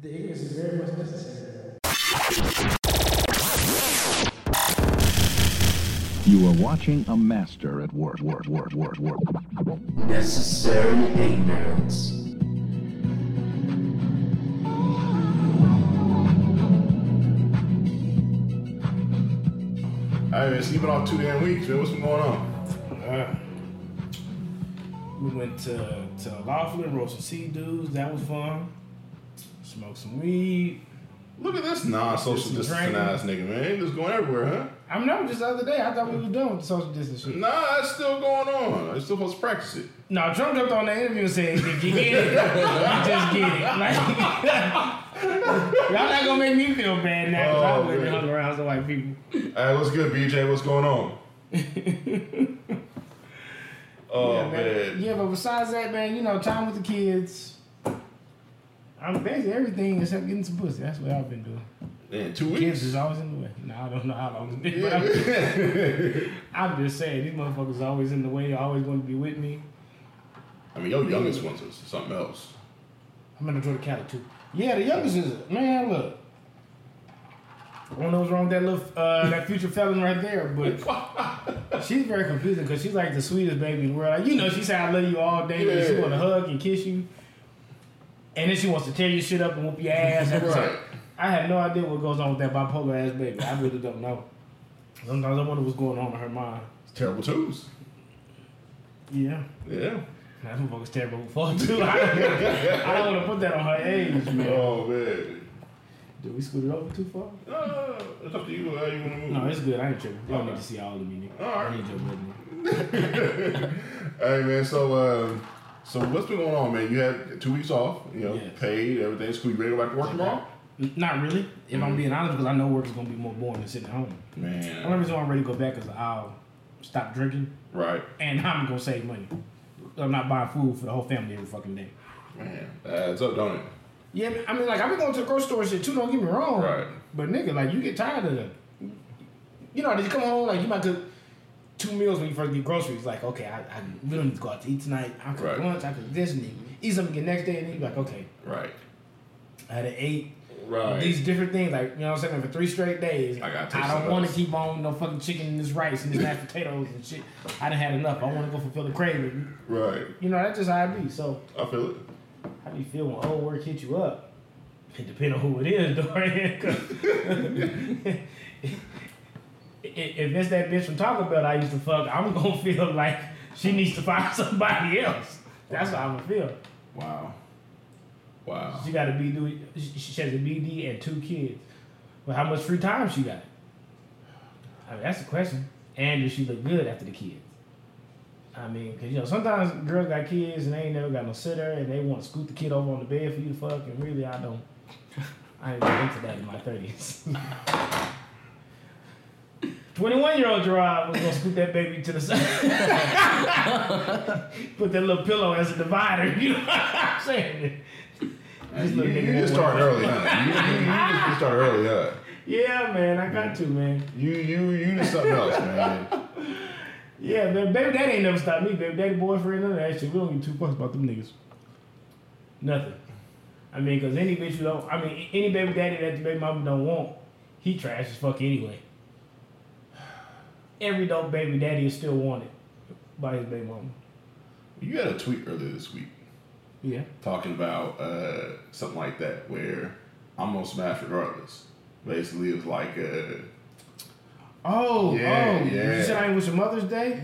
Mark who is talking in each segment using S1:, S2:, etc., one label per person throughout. S1: The ignorance is very much necessary.
S2: You are watching a master at work, work, work, work, work.
S3: Necessary ignorance.
S4: Hey man, it's been off two damn weeks, man. What's been going on?
S5: Uh, we went to to Laughlin, roasted sea dudes. That was fun. Smoked some weed.
S4: Look at this non-social
S5: This is
S4: distancing
S5: draining.
S4: ass nigga, man. Ain't just going everywhere, huh?
S5: I mean, that was just the other day. I thought we was done with the social distance shit.
S4: Nah, it's still going on. It's still supposed to practice it.
S5: No, Trump jumped on the interview and said, "If you get it, you just get it." Like, y'all not gonna make me feel bad now because
S4: Oh,
S5: I wouldn't
S4: man.
S5: hung around some white people.
S4: Hey, what's good, BJ? What's going on? oh
S5: yeah, man.
S4: man.
S5: yeah, but besides that, man, you know, time with the kids. I'm basically everything except getting some pussy. That's what I've been doing.
S4: Man, two weeks.
S5: Kids is always in the way. No, I don't know how long it's been, but I'm,
S4: Yeah.
S5: I'm just saying, these motherfuckers always in the way, always want to be with me.
S4: I mean, your youngest ones is something else.
S5: I'm gonna go to Cali too. Yeah, the youngest is man. Look, I don't know what's wrong with that little uh, that future felon right there, but she's very confusing because she's like the sweetest baby in the world. Like, you know, she said I love you all day, and she
S4: Yeah.
S5: want to hug and kiss you, and then she wants to tear your shit up and whoop your ass. And it's like,
S4: Right.
S5: I have no idea what goes on with that bipolar ass baby. I really don't know. Sometimes I wonder what's going on in her mind.
S4: It's terrible twos.
S5: Yeah.
S4: Yeah.
S5: That motherfucker's terrible before too. I don't, I don't want to put that on her age, man.
S4: Oh man.
S5: Did we scoot it over too far?
S4: Uh, it's up to you how you want to move.
S5: No, it's good. I ain't tripping. Y'all need to see all of me, nigga.
S4: All right.
S5: I need your blood, nigga.
S4: Hey man, so um, so what's been going on, man? You had two weeks off, you know,
S5: Yes.
S4: paid, everything's cool. You ready to go back to work tomorrow?
S5: N- Not really. If
S4: Mm.
S5: I'm being honest, because I know work is gonna be more boring than sitting at home. The only
S4: Man,
S5: reason why I'm ready to go back is I'll stop drinking
S4: right,
S5: and I'm gonna save money. I'm not buying food for the whole family every fucking day.
S4: man, that adds up, don't it?
S5: Yeah, man, I mean, like I've been going to the grocery store and shit too. Don't get me wrong.
S4: Right.
S5: But nigga, like you get tired of them. You know, did you come home like you might cook two meals when you first get groceries? Like, okay, I, I we don't need to go out to eat tonight. I cook
S4: Right.
S5: lunch. I cook this and then eat something again next day, and then you're like, okay,
S4: Right,
S5: I had an eight.
S4: right.
S5: These different things, like you know what I'm saying, for three straight days.
S4: I gotta taste
S5: I
S4: something
S5: don't want to
S4: else.
S5: keep on no fucking chicken and this rice and this mashed potatoes and shit. I done had enough. I want to go fulfill the craving.
S4: right,
S5: You know, that's just how it be. So
S4: I feel it.
S5: how do you feel when old work hit you up? It depends on who it is, Dorian. 'cause- I- if it's that bitch from Taco Bell I used to fuck, I'm gonna feel like she needs to find somebody else. That's how I'm gonna feel.
S4: Wow, wow.
S5: She got a BD. She she has a BD and two kids. Well, how much free time she got? I mean, that's the question. And does she look good after the kids? I mean, cause you know sometimes girls got kids and they ain't never got no sitter and they want to scoot the kid over on the bed for you to fuck and really I don't. I ain't been into that in my thirties. Twenty-one year old Gerard was gonna scoot that baby to the side, put that little pillow as a divider. You know what I'm saying?
S4: You,
S5: little
S4: you,
S5: nigga
S4: you
S5: won't
S4: just
S5: work.
S4: started early, huh? You, you, you just you started early, huh?
S5: Yeah, man, I got to, man.
S4: You you you did something else, man.
S5: Yeah, man, baby daddy ain't never stopped me. Baby daddy, boyfriend, none of that shit. We don't give two fucks about them niggas. Nothing. I mean, cause any bitch you don't, I mean, any baby daddy that the baby mama don't want, he trash as fuck anyway. Every dope baby daddy is still wanted by his baby mama.
S4: You had a tweet earlier this week
S5: Yeah.
S4: talking about uh, something like that, where I'm gonna smash regardless. Basically, it was like. Uh,
S5: Oh,
S4: Yeah,
S5: oh,
S4: yeah.
S5: you said I ain't with your Mother's Day?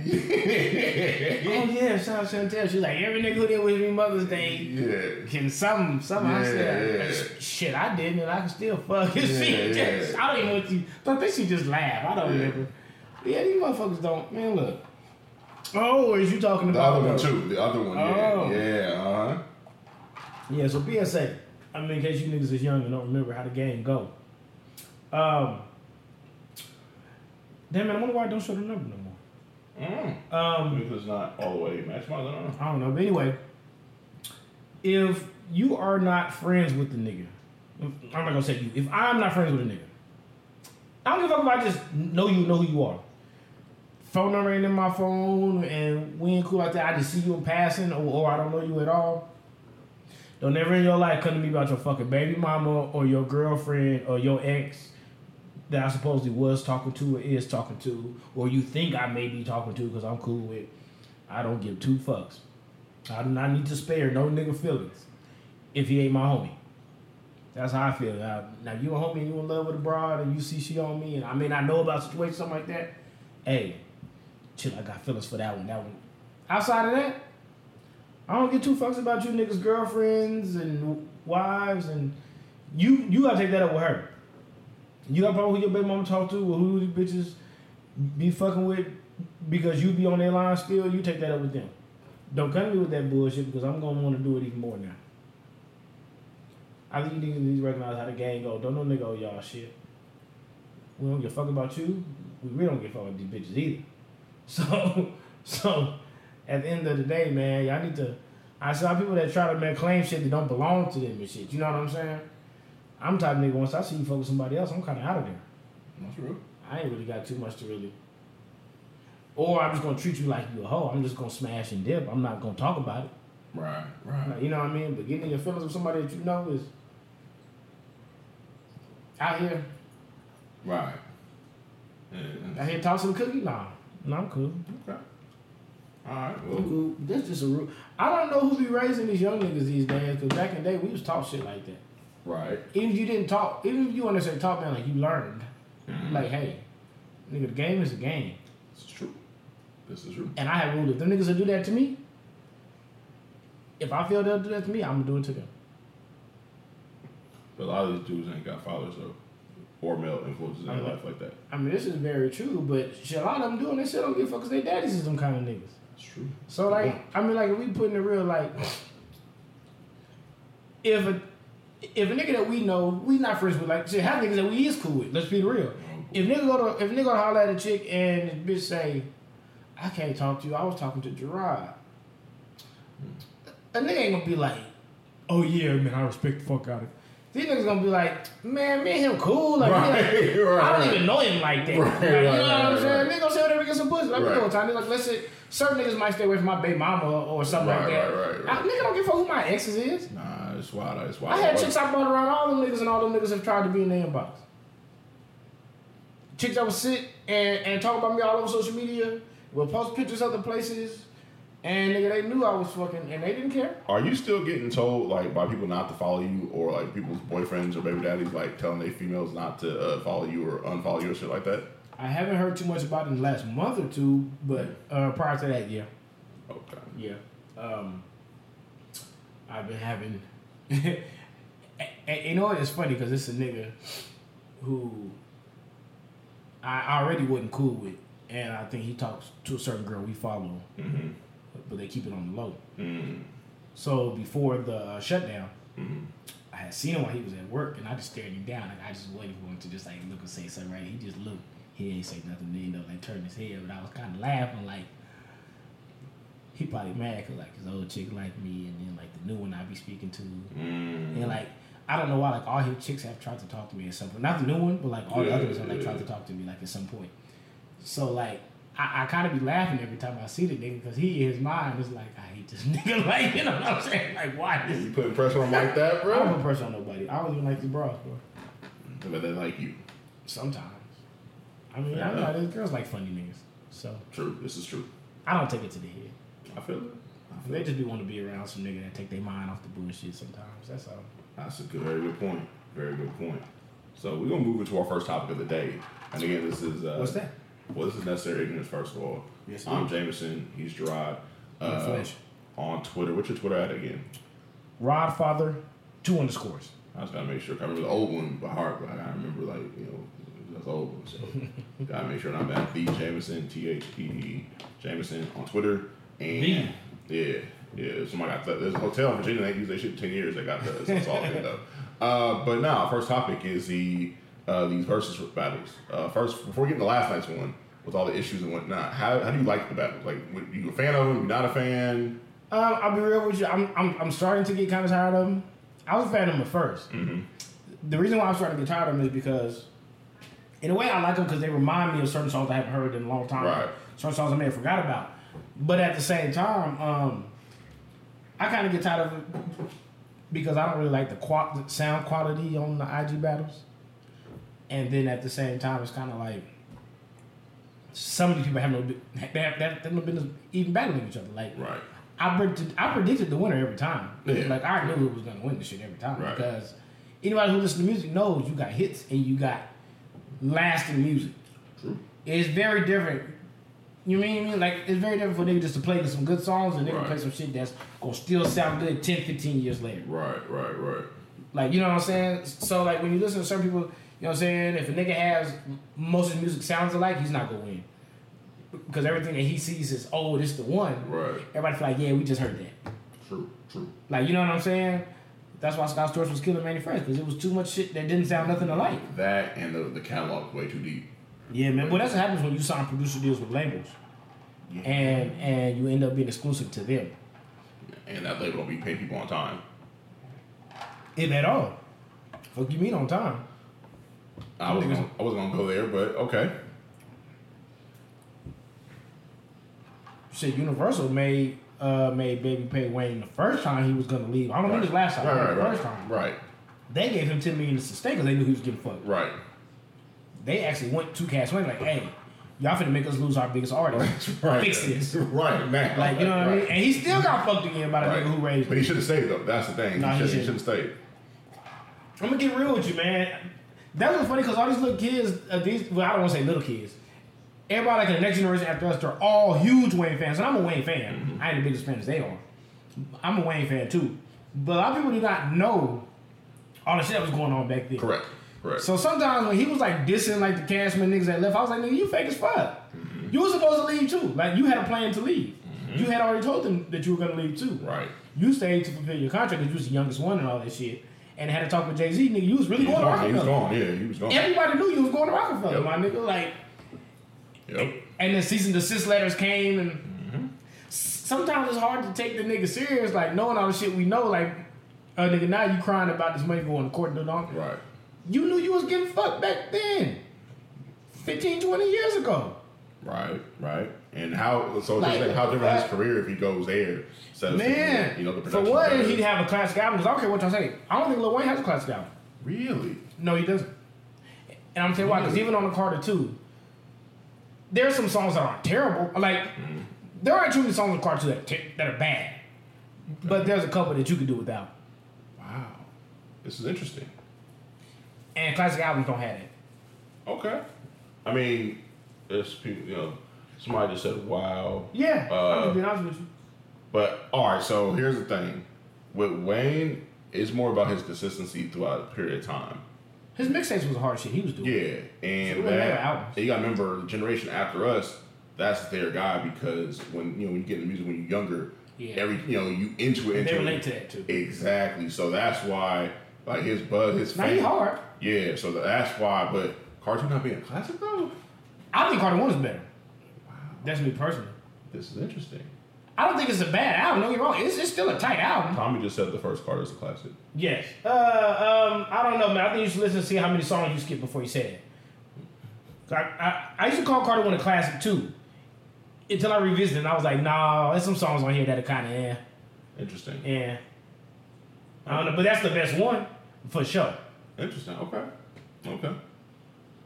S5: oh yeah, shout out Chantel. She's like every nigga who did with me Mother's Day.
S4: yeah.
S5: Can some some I said
S4: Yeah.
S5: "Sh- shit I didn't and I can still fuck and she
S4: Yeah,
S5: just
S4: yeah.
S5: I don't even want you I think she just laugh. I don't
S4: Yeah.
S5: remember. Yeah, these motherfuckers don't man look. Oh, is you talking
S4: The
S5: about
S4: other one too. The other one. Yeah.
S5: Oh.
S4: Yeah. Uh huh.
S5: Yeah, so PSA. I mean in case you niggas is young and don't remember how the game go. Um Damn it, I wonder why I don't show the number no more. Um
S4: Mm. Because it's not all the way match my. I don't know.
S5: I don't know. But anyway, if you are not friends with the nigga, I'm not gonna say you. If I'm not friends with a nigga, I don't give a fuck if I just know you, know who you are. Phone number ain't in my phone, and we ain't cool out there. I just see you in passing, or, or I don't know you at all. Don't ever in your life come to me about your fucking baby mama or your girlfriend or your ex that I supposedly was talking to or is talking to or you think I may be talking to because I'm cool with. I don't give two fucks. I do not need to spare no nigga feelings if he ain't my homie. That's how I feel. Now, now you a homie and you in love with a broad and you see she on me and I may not know about situation something like that. Hey, chill. I got feelings for that one. That one. Outside of that, I don't get two fucks about you niggas' girlfriends and wives and you. You gotta take that up with her. You got a problem with your baby mama talk to or who these bitches be fucking with because you be on their line still. You take that up with them. Don't come to me with that bullshit because I'm gonna want to do it even more now. I think you niggas need to recognize how the game go. Don't no nigga owe y'all shit. We don't give a fuck about you. We really don't give a fuck about these bitches either. So, so at the end of the day, man, y'all need to. I saw people that try to man claim shit that don't belong to them and shit. You know what I'm saying? I'm type of nigga. Once I see you fuck with somebody else, I'm kind of out of there.
S4: That's real.
S5: I ain't really got too much to really. Or I'm just gonna treat you like you a hoe. I'm just gonna smash and dip. I'm not gonna talk about it.
S4: Right, right.
S5: Like, you know what I mean? But getting in your feelings with somebody that you know is out here.
S4: Right.
S5: I
S4: Yeah.
S5: here toss some cookie. Nah, no, I'm cool.
S4: Okay. All right.
S5: I'm
S4: Well,
S5: cool. That's just a rule. I don't know who be raising these young niggas these days. Cause back in the day, we was taught shit like that.
S4: right.
S5: Even if you didn't talk, even if you want to say talk man, like you learned, like hey, nigga, the game is a game.
S4: This is true. This is true.
S5: And I have ruled if them niggas will do that to me, if I feel they'll do that to me, I'm gonna do it to them.
S4: But a lot of these dudes ain't got fathers though, or male influences in their
S5: Uh-huh.
S4: life like that.
S5: I mean, this is very true, but shit, a lot of them doing this shit don't give a fuck because they daddies is them kind of niggas.
S4: It's true.
S5: So like, I mean, like if we put in the real like, if a if a nigga that we know, we not friends with, like shit, have niggas that we is cool with. Let's be real. If nigga go to if nigga holler at a chick and the bitch say, I can't talk to you. I was talking to Gerard. A nigga ain't gonna be like, oh yeah, man, I respect the fuck out of it. These niggas gonna be like, man, me and him cool. Like,
S4: Right,
S5: yeah,
S4: right,
S5: I don't
S4: right.
S5: even know him like that.
S4: Right,
S5: Like, you know
S4: right,
S5: what
S4: right,
S5: I'm
S4: right,
S5: saying?
S4: right.
S5: Nigga gonna say whatever gets some pussy. Like,
S4: Right.
S5: we know what time. Nigga, like, listen, certain niggas might stay away from my baby mama or something like
S4: Right,
S5: that.
S4: right, right, right.
S5: I, nigga don't give a fuck who my exes is.
S4: Nah, it's wild. It's
S5: I
S4: wild.
S5: had chicks I brought around all them niggas, and all them niggas have tried to be in their inbox. Chicks that would sit and, and talk about me all over social media, would post pictures other places, and nigga, they knew I was fucking, and they didn't care.
S4: Are you still getting told like by people not to follow you, or like people's boyfriends or baby daddies like telling their females not to uh, follow you or unfollow you or shit like that?
S5: I haven't heard too much about it in the last month or two, but uh, prior to that, yeah.
S4: Okay.
S5: Yeah. Um, I've been having. and, and you know what? It's funny because it's a nigga who I already wasn't cool with, and I think he talks to a certain girl we follow,
S4: Mm-hmm.
S5: but they keep it on the low.
S4: Mm.
S5: So before the uh, shutdown, I had seen him while he was at work, and I just stared him down. Like I just waited for him to just like look and say something. Right? He just looked. He ain't say nothing. Then you know, like turned his head, but I was kind of laughing. Like he probably mad because like his old chick like me, and then like the new one I be speaking to,
S4: Mm.
S5: and like. I don't know why, like all his chicks have tried to talk to me at some point. Not the new one, but like all the
S4: Yeah,
S5: others have like
S4: yeah,
S5: tried to
S4: yeah.
S5: talk to me like at some point. So like I, I kind of be laughing every time I see the nigga because he in his mind is like I hate this nigga. Like you know what I'm saying? Like why this?
S4: You putting pressure on 'em like
S5: I
S4: that,
S5: don't
S4: bro?
S5: put pressure on nobody. I don't even like these bras, bro.
S4: But they like you.
S5: Sometimes. I mean, I know these girls like funny niggas, so
S4: True. This is true.
S5: I don't take it to the head.
S4: I feel it. I feel
S5: They
S4: it.
S5: just be want to be around some nigga that take their mind off the bullshit sometimes. That's all.
S4: That's a good, very good point. Very good point. So we're gonna move into our first topic of the day, and again, this is uh,
S5: What's that?
S4: Well, this is necessary ignorance. First of all,
S5: Yes, it
S4: I'm
S5: is.
S4: Jameson. He's Gerard. Uh,
S5: flesh.
S4: on Twitter. What's your Twitter at again?
S5: Rodfather, two underscores.
S4: I just gotta make sure. 'cause I remember the old one by heart, but I gotta remember like you know that's the old one. So gotta make sure I'm at the Jameson T H E E Jameson on Twitter and
S5: The.
S4: yeah yeah. Somebody got that. There's a hotel in Virginia that used that shit ten years. They got that. So it's all good though. Uh, but now nah, first topic is the uh, these versus battles. Uh, first before we get into last night's one with all the issues and whatnot. How, how do you like the battles? Like what- you a fan of them? You not a fan?
S5: Um, I'll be real with you. I'm, I'm, I'm starting to get kind of tired of them. I was a fan of them at 1st The reason why I'm starting to get tired of them is because, in a way, I like them because they remind me of certain songs I haven't heard in a long time.
S4: Right.
S5: Certain songs I may have forgot about. But at the same time, um, I kind of get tired of because I don't really like the, qua- the sound quality on the IG battles. And then at the same time, it's kind of like some of these people have no bu- they have, they have, they have no business even battling each other. Like
S4: Right.
S5: I predicted, I predicted the winner every time.
S4: Yeah.
S5: Like I knew who was gonna win the shit every time
S4: Right.
S5: because anybody who listens to music knows you got hits and you got lasting music.
S4: True.
S5: It's very different. You mean I mean? Like it's very different for niggas just to play some good songs and they can
S4: Right.
S5: play some shit that's gonna still sound good 10, 15 years later.
S4: Right. Right. Right.
S5: Like you know what I'm saying? So like when you listen to certain people, you know what I'm saying? If a nigga has most of his music sounds alike, he's not gonna win. Because everything that he sees is, oh, this the one.
S4: Right.
S5: Everybody feel like, yeah, we just heard that.
S4: True. True.
S5: Like, you know what I'm saying? That's why Scott Storch was killing Manny Fresh, because it was too much shit that didn't sound nothing alike.
S4: That and the, the catalog way too deep.
S5: Yeah, man. Well, that's what happens when you sign producer deals with labels,
S4: Yeah.
S5: and and you end up being exclusive to them,
S4: And that label don't be paying people on time.
S5: if at all. Fuck you mean on time?
S4: I was gonna, I was gonna go there, but okay.
S5: Shit, Universal made uh made Baby Pay Wayne the first time he was gonna leave. I don't mean his last time,
S4: Right.
S5: but
S4: Right.
S5: the
S4: Right.
S5: first time.
S4: Right.
S5: They gave him ten million to sustain because they knew he was getting fucked.
S4: Right.
S5: They actually went to Cash Money like, hey, y'all finna make us lose our biggest artist.
S4: Right.
S5: Fix this.
S4: Right. Man.
S5: Like you know what I mean? And he still got fucked again by the
S4: Right.
S5: nigga who raised him.
S4: But he should have stayed though. That's the thing.
S5: Nah, he
S4: he should
S5: shouldn't.
S4: have stayed.
S5: I'm gonna get real with you, man. That was funny because all these little kids, uh, these well, I don't want to say little kids. Everybody like in the next generation after us, they're all huge Wayne fans, and I'm a Wayne fan.
S4: Mm-hmm.
S5: I ain't the biggest fan as they are. I'm a Wayne fan too, but a lot of people do not know all the shit that was going on back then.
S4: Correct. Correct.
S5: So sometimes when he was like dissing like the Cashman niggas that left, I was like, nigga, you fake as fuck.
S4: Mm-hmm.
S5: You were supposed to leave too. Like you had a plan to leave. You had already told them that you were gonna leave too.
S4: Right.
S5: You stayed to fulfill your contract because you was the youngest one and all that shit. And had to talk with Jay Z, nigga. You was really
S4: he was
S5: going to
S4: gone. He was
S5: Rockefeller.
S4: gone. Yeah, he was gone.
S5: Everybody knew you was going to Rockefeller,
S4: Yep.
S5: my nigga. Like,
S4: Yep.
S5: and then cease and desist letters came, and
S4: Mm-hmm.
S5: S- sometimes it's hard to take the nigga serious, like knowing all the shit we know. Like, uh, nigga, now you crying about this money going to court and all.
S4: Right.
S5: You knew you was getting fucked back then. 15, 20 years ago.
S4: Right. Right. And how? So
S5: Like,
S4: just like, how different his
S5: what?
S4: career if he goes there? instead of
S5: Man,
S4: sticking with, you know the
S5: for
S4: production.
S5: what
S4: value.
S5: he'd have a classic album? Because I don't care what y'all say. I don't think Lil Wayne has a classic album.
S4: really?
S5: No, he doesn't. And I'm gonna tell you why, because even on the Carter 2, there's some songs that are terrible. Like, there aren't too many songs on Carter 2 that are, ter- that are bad. But there's a couple that you could do without.
S4: Wow. This is interesting.
S5: And classic albums don't have that.
S4: Okay. I mean, there's people. You know, somebody just said, "Wow."
S5: Yeah, I'm
S4: Uh,
S5: just being honest with you.
S4: But all right, so here's the thing with Wayne, it's more about his consistency throughout a period of time.
S5: His mixtapes was the hard shit he was doing.
S4: Yeah,
S5: So
S4: and
S5: we have
S4: that
S5: albums.
S4: and you got to remember the generation after us. That's their guy because when you know when you get into music when you're younger,
S5: Yeah.
S4: every you know you into it. Into
S5: They
S4: it.
S5: relate to that too.
S4: exactly. So that's why like his buzz, his
S5: Now he
S4: fame-
S5: hard.
S4: Yeah, so that's why. But cartoon not being a classic though.
S5: I think Carter 1 is better. That's me personally.
S4: This is interesting.
S5: I don't think it's a bad album. Don't get me wrong. It's, it's still a tight album.
S4: Tommy just said the first Carter is a classic.
S5: Yes. Uh, um, I don't know, man. I think you should listen to see how many songs you skip before you say it. 'Cause I, I, I used to call Carter One a classic too, until I revisited. and I was like, nah, there's some songs on here that are kind of eh,
S4: Interesting.
S5: eh. I don't know, but that's the best one for sure.
S4: Interesting. Okay. Okay.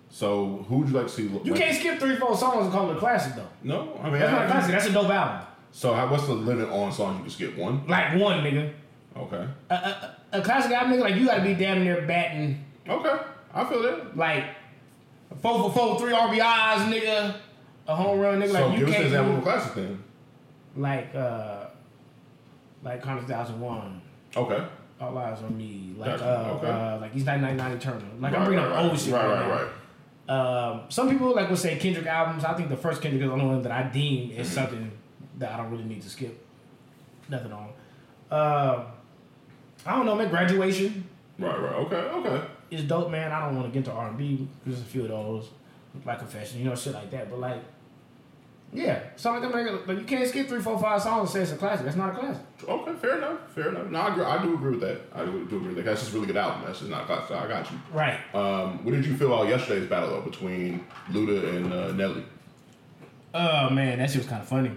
S4: So who would you like to see?
S5: You can't skip three, four songs and call it a classic though.
S4: No, I mean
S5: That's
S4: I-
S5: not a classic. That's a dope album.
S4: So how, what's the limit on songs you can skip? One.
S5: Like one nigga,
S4: Okay.
S5: a classic album nigga, like you got to be damn near batting
S4: Okay. I feel that.
S5: like four for four, three RBIs, nigga, a home run, nigga.
S4: so
S5: like you
S4: give us an
S5: can't.
S4: example of a
S5: do-
S4: classic then.
S5: like uh like Connor 2001
S4: Okay.
S5: all eyes on me like
S4: Gotcha,
S5: uh,
S4: okay.
S5: uh like he's 999 eternal like i'm bringing
S4: right,
S5: up
S4: right.
S5: old shit
S4: Right,
S5: right,
S4: right, right.
S5: now. um some people like will say kendrick albums i think the first kendrick is the only one that i deem is something that i don't really need to skip nothing on uh, i don't know man graduation
S4: Right, right. Okay, okay.
S5: is dope man i don't want to get to r&b there's a few of those like confession you know shit like that but like yeah, something like that. But you can't skip three, four, five songs and say it's a classic. That's not a classic.
S4: Okay, fair enough. Fair enough. No, I, agree, I do agree with that. I do, do agree with that. That's just a really good album. That's just not a classic. I got you.
S5: Right.
S4: Um, what did you feel about yesterday's battle though between Luda and uh, Nelly?
S5: Oh man, that shit was kind of funny.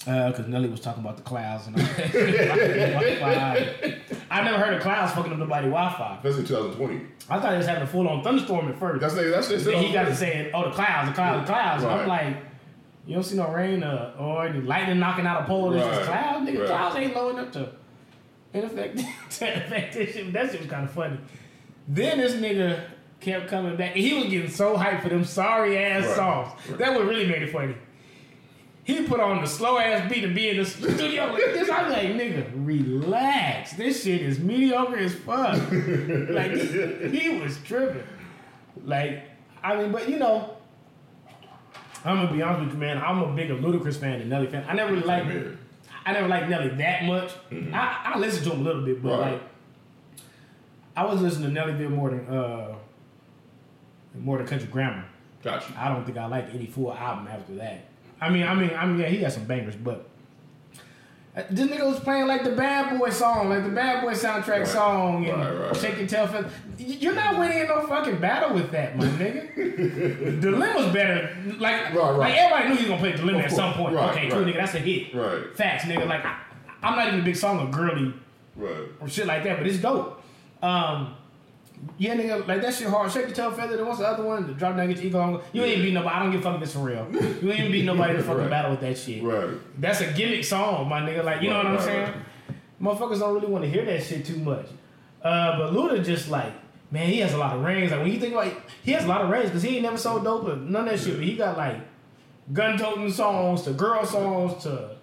S5: Because Nelly was talking about the clouds and all that. Wi-Fi. I never heard of clouds fucking up nobody Wi-Fi.
S4: That's in 2020.
S5: I thought he was having a full-on thunderstorm at first.
S4: That's that's just
S5: then he got to saying, "Oh, the clouds, the clouds, the clouds."
S4: Right.
S5: I'm like, you don't see no rain uh, or any lightning knocking out a pole. It's just
S4: Right.
S5: clouds. Nigga,
S4: Right.
S5: clouds ain't low enough to in effect to affect this shit. That shit was kind of funny. Then this nigga kept coming back, and he was getting so hyped for them sorry ass
S4: Right.
S5: songs.
S4: Right.
S5: That what really made it funny. He put on the slow ass beat to be in the studio like this. I'm like, nigga, relax. This shit is mediocre as fuck. like he was tripping. Like, I mean, but you know, I'm gonna be honest with you, man. I'm a bigger Ludacris fan than Nelly fan. I never really liked,
S4: Amen.
S5: I never liked Nelly that much. I, I listened to him a little bit, but
S4: Right.
S5: like, I was listening to Nellyville more than uh, more than Country Grammar.
S4: Got you.
S5: I don't think I liked any full album after that. I mean, I mean, I mean, yeah, he had some bangers, but uh, this nigga was playing like the Bad Boy song, like the Bad Boy soundtrack
S4: Right.
S5: song, and
S4: Right, right,
S5: shake
S4: right.
S5: your tail feather. Y- You're not winning no fucking battle with that, my nigga. Dilemma's better. Like,
S4: Right, right.
S5: like everybody knew he was gonna play Dilemma
S4: Of
S5: at
S4: course.
S5: some point.
S4: Right,
S5: okay,
S4: right.
S5: cool, nigga, that's a hit.
S4: Right.
S5: Facts, nigga. Like, I, I'm not even a big song of girly
S4: Right.
S5: or shit like that, but it's dope. Um, yeah, nigga, like that shit hard. Shake your tail feather. Then what's the other one? The drop down, get your ego on. You ain't beat nobody. I don't give a fuck if it's for real. You ain't beat nobody to fucking
S4: Right.
S5: battle with that shit.
S4: Right.
S5: That's a gimmick song, my nigga. Like, you know
S4: Right,
S5: what I'm
S4: right,
S5: saying? Motherfuckers don't really want to hear that shit too much. Uh, but Luda just like, man, he has a lot of rings. Like, when you think about he has a lot of rings because he ain't never sold dope or none of that shit. But he got like gun toting songs to girl songs to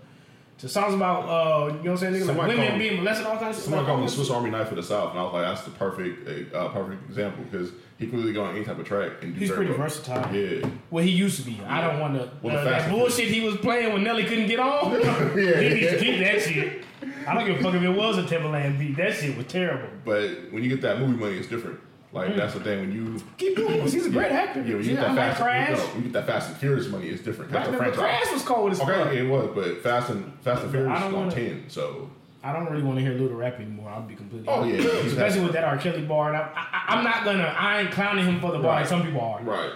S5: to songs about, uh, you know what I'm saying? Nigga, like
S4: Somebody
S5: women
S4: call him-
S5: being molested, all kinds of shit.
S4: Someone called him the Swiss Army knife of the South, and I was like, that's the perfect uh, perfect example because he could really go on any type of track and do
S5: He's
S4: very
S5: pretty
S4: well.
S5: versatile.
S4: Yeah.
S5: Well, he used to be. I don't want to.
S4: Well, the
S5: uh,
S4: fact-
S5: that bullshit he was playing when Nelly couldn't get on. He needs to keep that shit. I don't give a fuck if it was a Timberland beat. That shit was terrible.
S4: But when you get that movie money, it's different. Like that's the thing when you.
S5: Keep doing this. Mm. He's a great
S4: yeah,
S5: actor.
S4: Yeah, when you
S5: Shit,
S4: get
S5: I
S4: that
S5: like
S4: fast,
S5: Crash.
S4: No, when you get that Fast and Furious money, it's different.
S5: I
S4: That's the
S5: remember
S4: franchise.
S5: Crash was cold as fuck.
S4: Okay, it was, but Fast and Fast and
S5: I
S4: Furious
S5: don't
S4: is on
S5: wanna-
S4: ten, so
S5: I don't really want to hear Luda rap anymore. I'll be completely.
S4: Oh,
S5: honest.
S4: yeah.
S5: Especially with that R. Kelly bar. And I, I, I'm not gonna. I ain't clowning him for the bar.
S4: Right.
S5: Like some people are.
S4: right.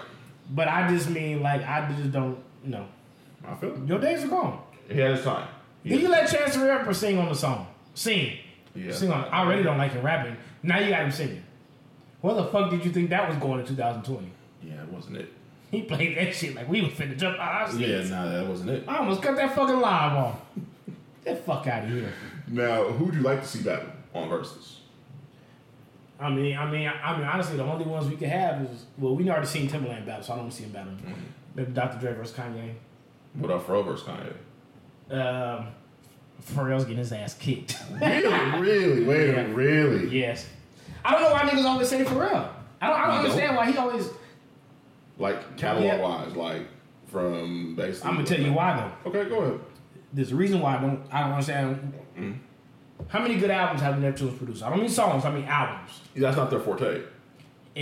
S5: But I just mean like I just don't. No,
S4: I feel him.
S5: your days are gone.
S4: he had his time. He
S5: Then you
S4: had-
S5: let Chance the Rapper sing on the song. Sing.
S4: Yeah.
S5: Sing on. I already don't like him rapping. Now you got him singing. Where the fuck did you think that was going in 2020?
S4: yeah, it wasn't it.
S5: He played that shit like we was finna jump out of our
S4: Yeah,
S5: seats.
S4: nah, that wasn't it.
S5: I almost cut that fucking live off. Get the fuck out of here.
S4: Now, who'd you like to see battle on versus?
S5: I mean, I mean, I mean, honestly, the only ones we could have is well, we already seen Timberland battle, so I don't want to see him battle.
S4: Mm-hmm.
S5: Maybe Dr. Dre versus Kanye.
S4: What up, Pharrell versus Kanye?
S5: Um, Pharrell's getting his ass kicked.
S4: Really, really, wait, a minute, really.
S5: yes. I don't know why niggas always say Pharrell. I don't, I don't
S4: You don't?
S5: understand why he always
S4: Like catalog
S5: Yeah.
S4: wise, like from basically.
S5: I'm gonna tell you why though.
S4: Okay, go ahead.
S5: There's a reason why I don't I don't understand
S4: Mm-hmm.
S5: how many good albums have the Neptunes produced. I don't mean songs, I mean albums.
S4: Yeah, That's not their forte. Yeah, Mm-hmm.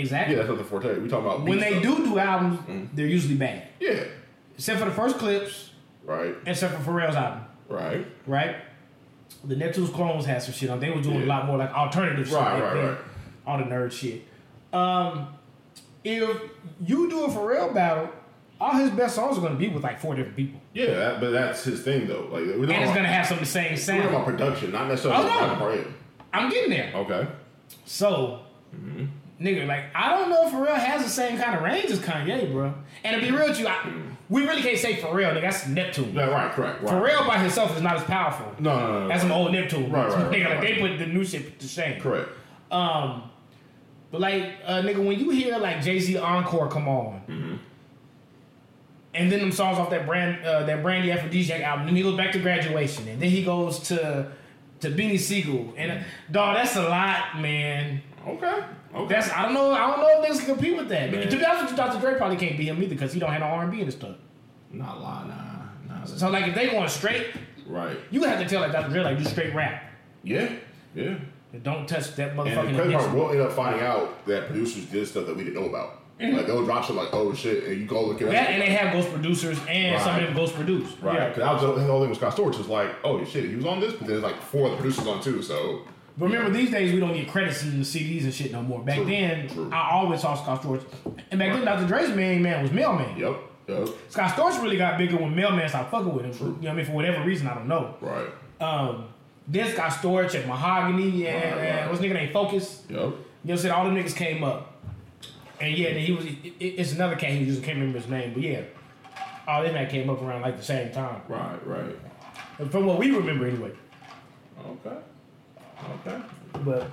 S5: Exactly.
S4: that's not their forte. We talking about
S5: when
S4: beat
S5: they
S4: stuff.
S5: do do albums, they're usually bad,
S4: Yeah,
S5: except for the first clips,
S4: right,
S5: except for Pharrell's album,
S4: right,
S5: right? The Neptunes clones had some shit on. They were doing a
S4: Yeah.
S5: lot more like alternative shit,
S4: Right,
S5: like
S4: right,
S5: that,
S4: right.
S5: all the nerd shit. Um, if you do a Pharrell battle, all his best songs are gonna be with like four different people,
S4: yeah. That, but that's his thing though. Like we're
S5: and
S4: talking
S5: it's
S4: about,
S5: gonna have some of the same
S4: we're talking
S5: sound.
S4: about production, not necessarily.
S5: I know.
S4: about brand.
S5: I'm getting there.
S4: Okay.
S5: So, nigga, like I don't know if Pharrell has the same kind of range as Kanye, bro. And to be real with you, I, we really can't say Pharrell, nigga. That's Neptune.
S4: Yeah, right, correct, right.
S5: Pharrell by himself is not as powerful.
S4: No, no, no, no.
S5: That's some old Neptune.
S4: Right, right, right,
S5: Nigga, like
S4: right.
S5: they put the new shit to shame.
S4: correct.
S5: Um, but like, uh, nigga, when you hear like Jay Z Encore come on, and then them songs off that brand, uh, that Brandy Aphrodisiac album, then he goes back to graduation, and then he goes to to Beanie Siegel, and uh, dog, that's a lot, man.
S4: Okay. Okay.
S5: That's I don't know. I don't know if niggas can compete with that.
S4: Man.
S5: To be honest with you, Dr. Dre probably can't beat him either because he don't have no R and B in his stuff.
S4: not lie, nah, nah. that's-
S5: So like, if they going straight,
S4: right.
S5: you have to tell like Dr. Dre like do straight rap.
S4: Yeah. Yeah.
S5: Don't touch that
S4: And
S5: motherfucking.
S4: the crazy part,
S5: Neptune.
S4: we'll end up finding out that producers did stuff that we didn't know about. Like they'll drop shit like, oh shit, and you go look at
S5: Mm-hmm. That and they have ghost producers and some of
S4: Right.
S5: them ghost produced.
S4: Right, because I was the whole thing with Scott Storch was like, oh shit, he was on this, but then there's like four other producers on too, so
S5: But remember, these days we don't get credits in the CDs and shit no more. Back
S4: True,
S5: then,
S4: true.
S5: I always saw Scott Storch, and back then Dr. Dre's main man was Mailman.
S4: yep, Yup.
S5: Scott Storch really got bigger when Mailman stopped fucking with him. You know what I mean? For whatever reason, I don't know.
S4: Right.
S5: Um, then Scott Storch and Mahogany and,
S4: Right, right.
S5: and what's nigga named Focus. You
S4: Yup.
S5: know what I'm saying? All the niggas came up. And yeah, then he was, it, it's another cat, he just can't remember his name, but yeah. All them that came up around like the same time.
S4: Right. Right.
S5: From what we remember anyway.
S4: Okay. Okay.
S5: But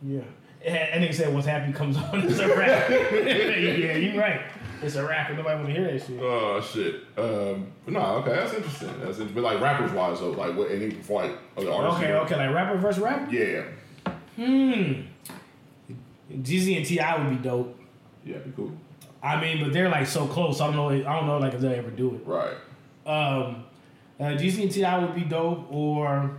S5: yeah, and, and they said what's happy comes on is a rap. yeah, you're right. It's a rap, and nobody want to hear that shit.
S4: Oh shit. Um. but No. Okay. That's interesting. That's interesting. But like rappers wise though, like what any like other artists.
S5: Okay,
S4: do.
S5: okay, like rapper versus rapper.
S4: Yeah.
S5: Jeezy and Ti would be dope.
S4: Yeah. Be cool.
S5: I mean, but they're like so close. I don't know. I don't know like if they'll ever do
S4: Right.
S5: it. Um, uh, Jeezy and Ti would be dope, or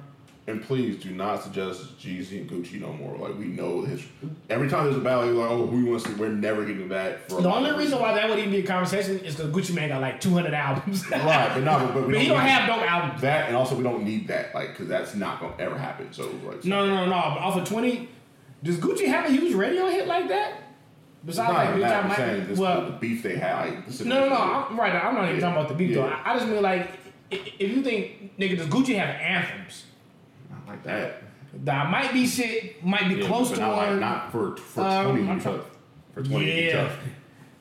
S4: And please do not suggest Jeezy and Gucci no more. Like we know his. Every time there's a battle, you're like, oh, who you want to see? We're never getting that. For a
S5: the
S4: lot
S5: only
S4: of
S5: reason why that would even be a conversation is because Gucci Man got like 200 albums.
S4: Right, but no, but, but we
S5: but he
S4: don't
S5: don't
S4: need
S5: have no albums.
S4: that, and also we don't need that, like, because that's not gonna ever happen. So, like,
S5: No, no, no, no. But off of twenty, does Gucci have a huge radio hit like that?
S4: it's
S5: Besides,
S4: not
S5: like,
S4: even
S5: Big
S4: that.
S5: Time
S4: I'm saying
S5: Mike.
S4: this, the
S5: Well,
S4: beef they had. Like, this is-
S5: no, no, no. I'm, right, I'm not even
S4: Yeah,
S5: talking about the beat though.
S4: yeah.
S5: I, I just mean like, i- i- if you think nigga, does Gucci have anthems?
S4: Not like that.
S5: That might be shit. Might be
S4: Yeah,
S5: close
S4: but
S5: to
S4: not
S5: one.
S4: Like, not for for
S5: Um,
S4: twenty.
S5: I'm
S4: you
S5: trying-
S4: tough. For twenty, you
S5: Yeah.
S4: tough.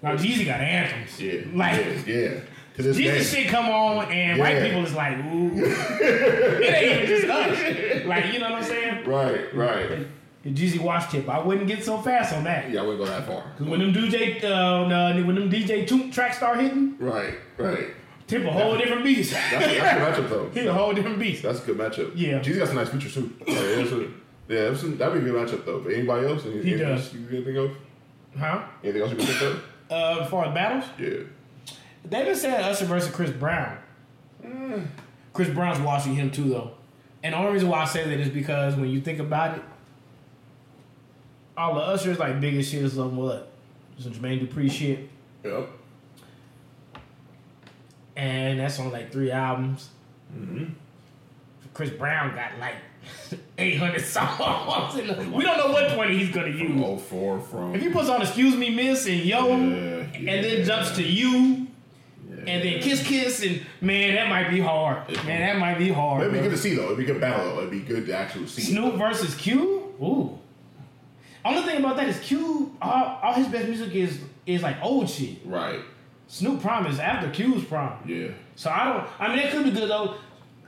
S5: now Jeezy got anthems.
S4: Yeah,
S5: like.
S4: yeah, yeah. To this day,
S5: Jeezy shit come on and white
S4: Yeah.
S5: people is like, ooh, it ain't even just us. Like, you know what I'm saying?
S4: right, right.
S5: The Jeezy watch tip, I wouldn't get so fast on that.
S4: Yeah, I wouldn't go that far.
S5: When them DJ, uh, nah, when them DJ two tracks start hitting,
S4: Right, right.
S5: tip a whole different beat.
S4: That's a, that's a good matchup though.
S5: Hit a whole different beat.
S4: That's a good matchup.
S5: Yeah.
S4: Jeezy got some nice features too. Like, there's a- yeah, that's a- that'd be a good matchup though. But anybody else? Any,
S5: He
S4: anything
S5: does.
S4: else you can think of?
S5: Huh?
S4: Anything else you can think of?
S5: Uh, as far as battles,
S4: Yeah.
S5: they just said Usher versus Chris Brown. Mm. Chris Brown's watching him too, though. And the only reason why I say that is because when you think about it, all the Usher's like biggest shit is on what? Some Jermaine Dupri shit.
S4: Yep.
S5: And that's on like three albums.
S4: Mm-hmm.
S5: Chris Brown got like 800 songs.
S4: Oh
S5: in the- we don't know what 20 he's going to use.
S4: Mm. All four from.
S5: If he puts on "Excuse Me, Miss" and "Yo,"
S4: Oh. Yeah,
S5: and
S4: yeah.
S5: then jumps to "You," and then
S4: Yeah.
S5: "Kiss Kiss," and man, that might be hard. Man, that might be hard.
S4: It'd be
S5: bro.
S4: good to see though. It'd be good battle. It'd be good to actually see.
S5: Snoop versus Q. Ooh. Only thing about that is Q. All, all his best music is is like old shit.
S4: Right.
S5: Snoop Prime is after Q's Prime.
S4: Yeah.
S5: So I don't. I mean, that could be good though.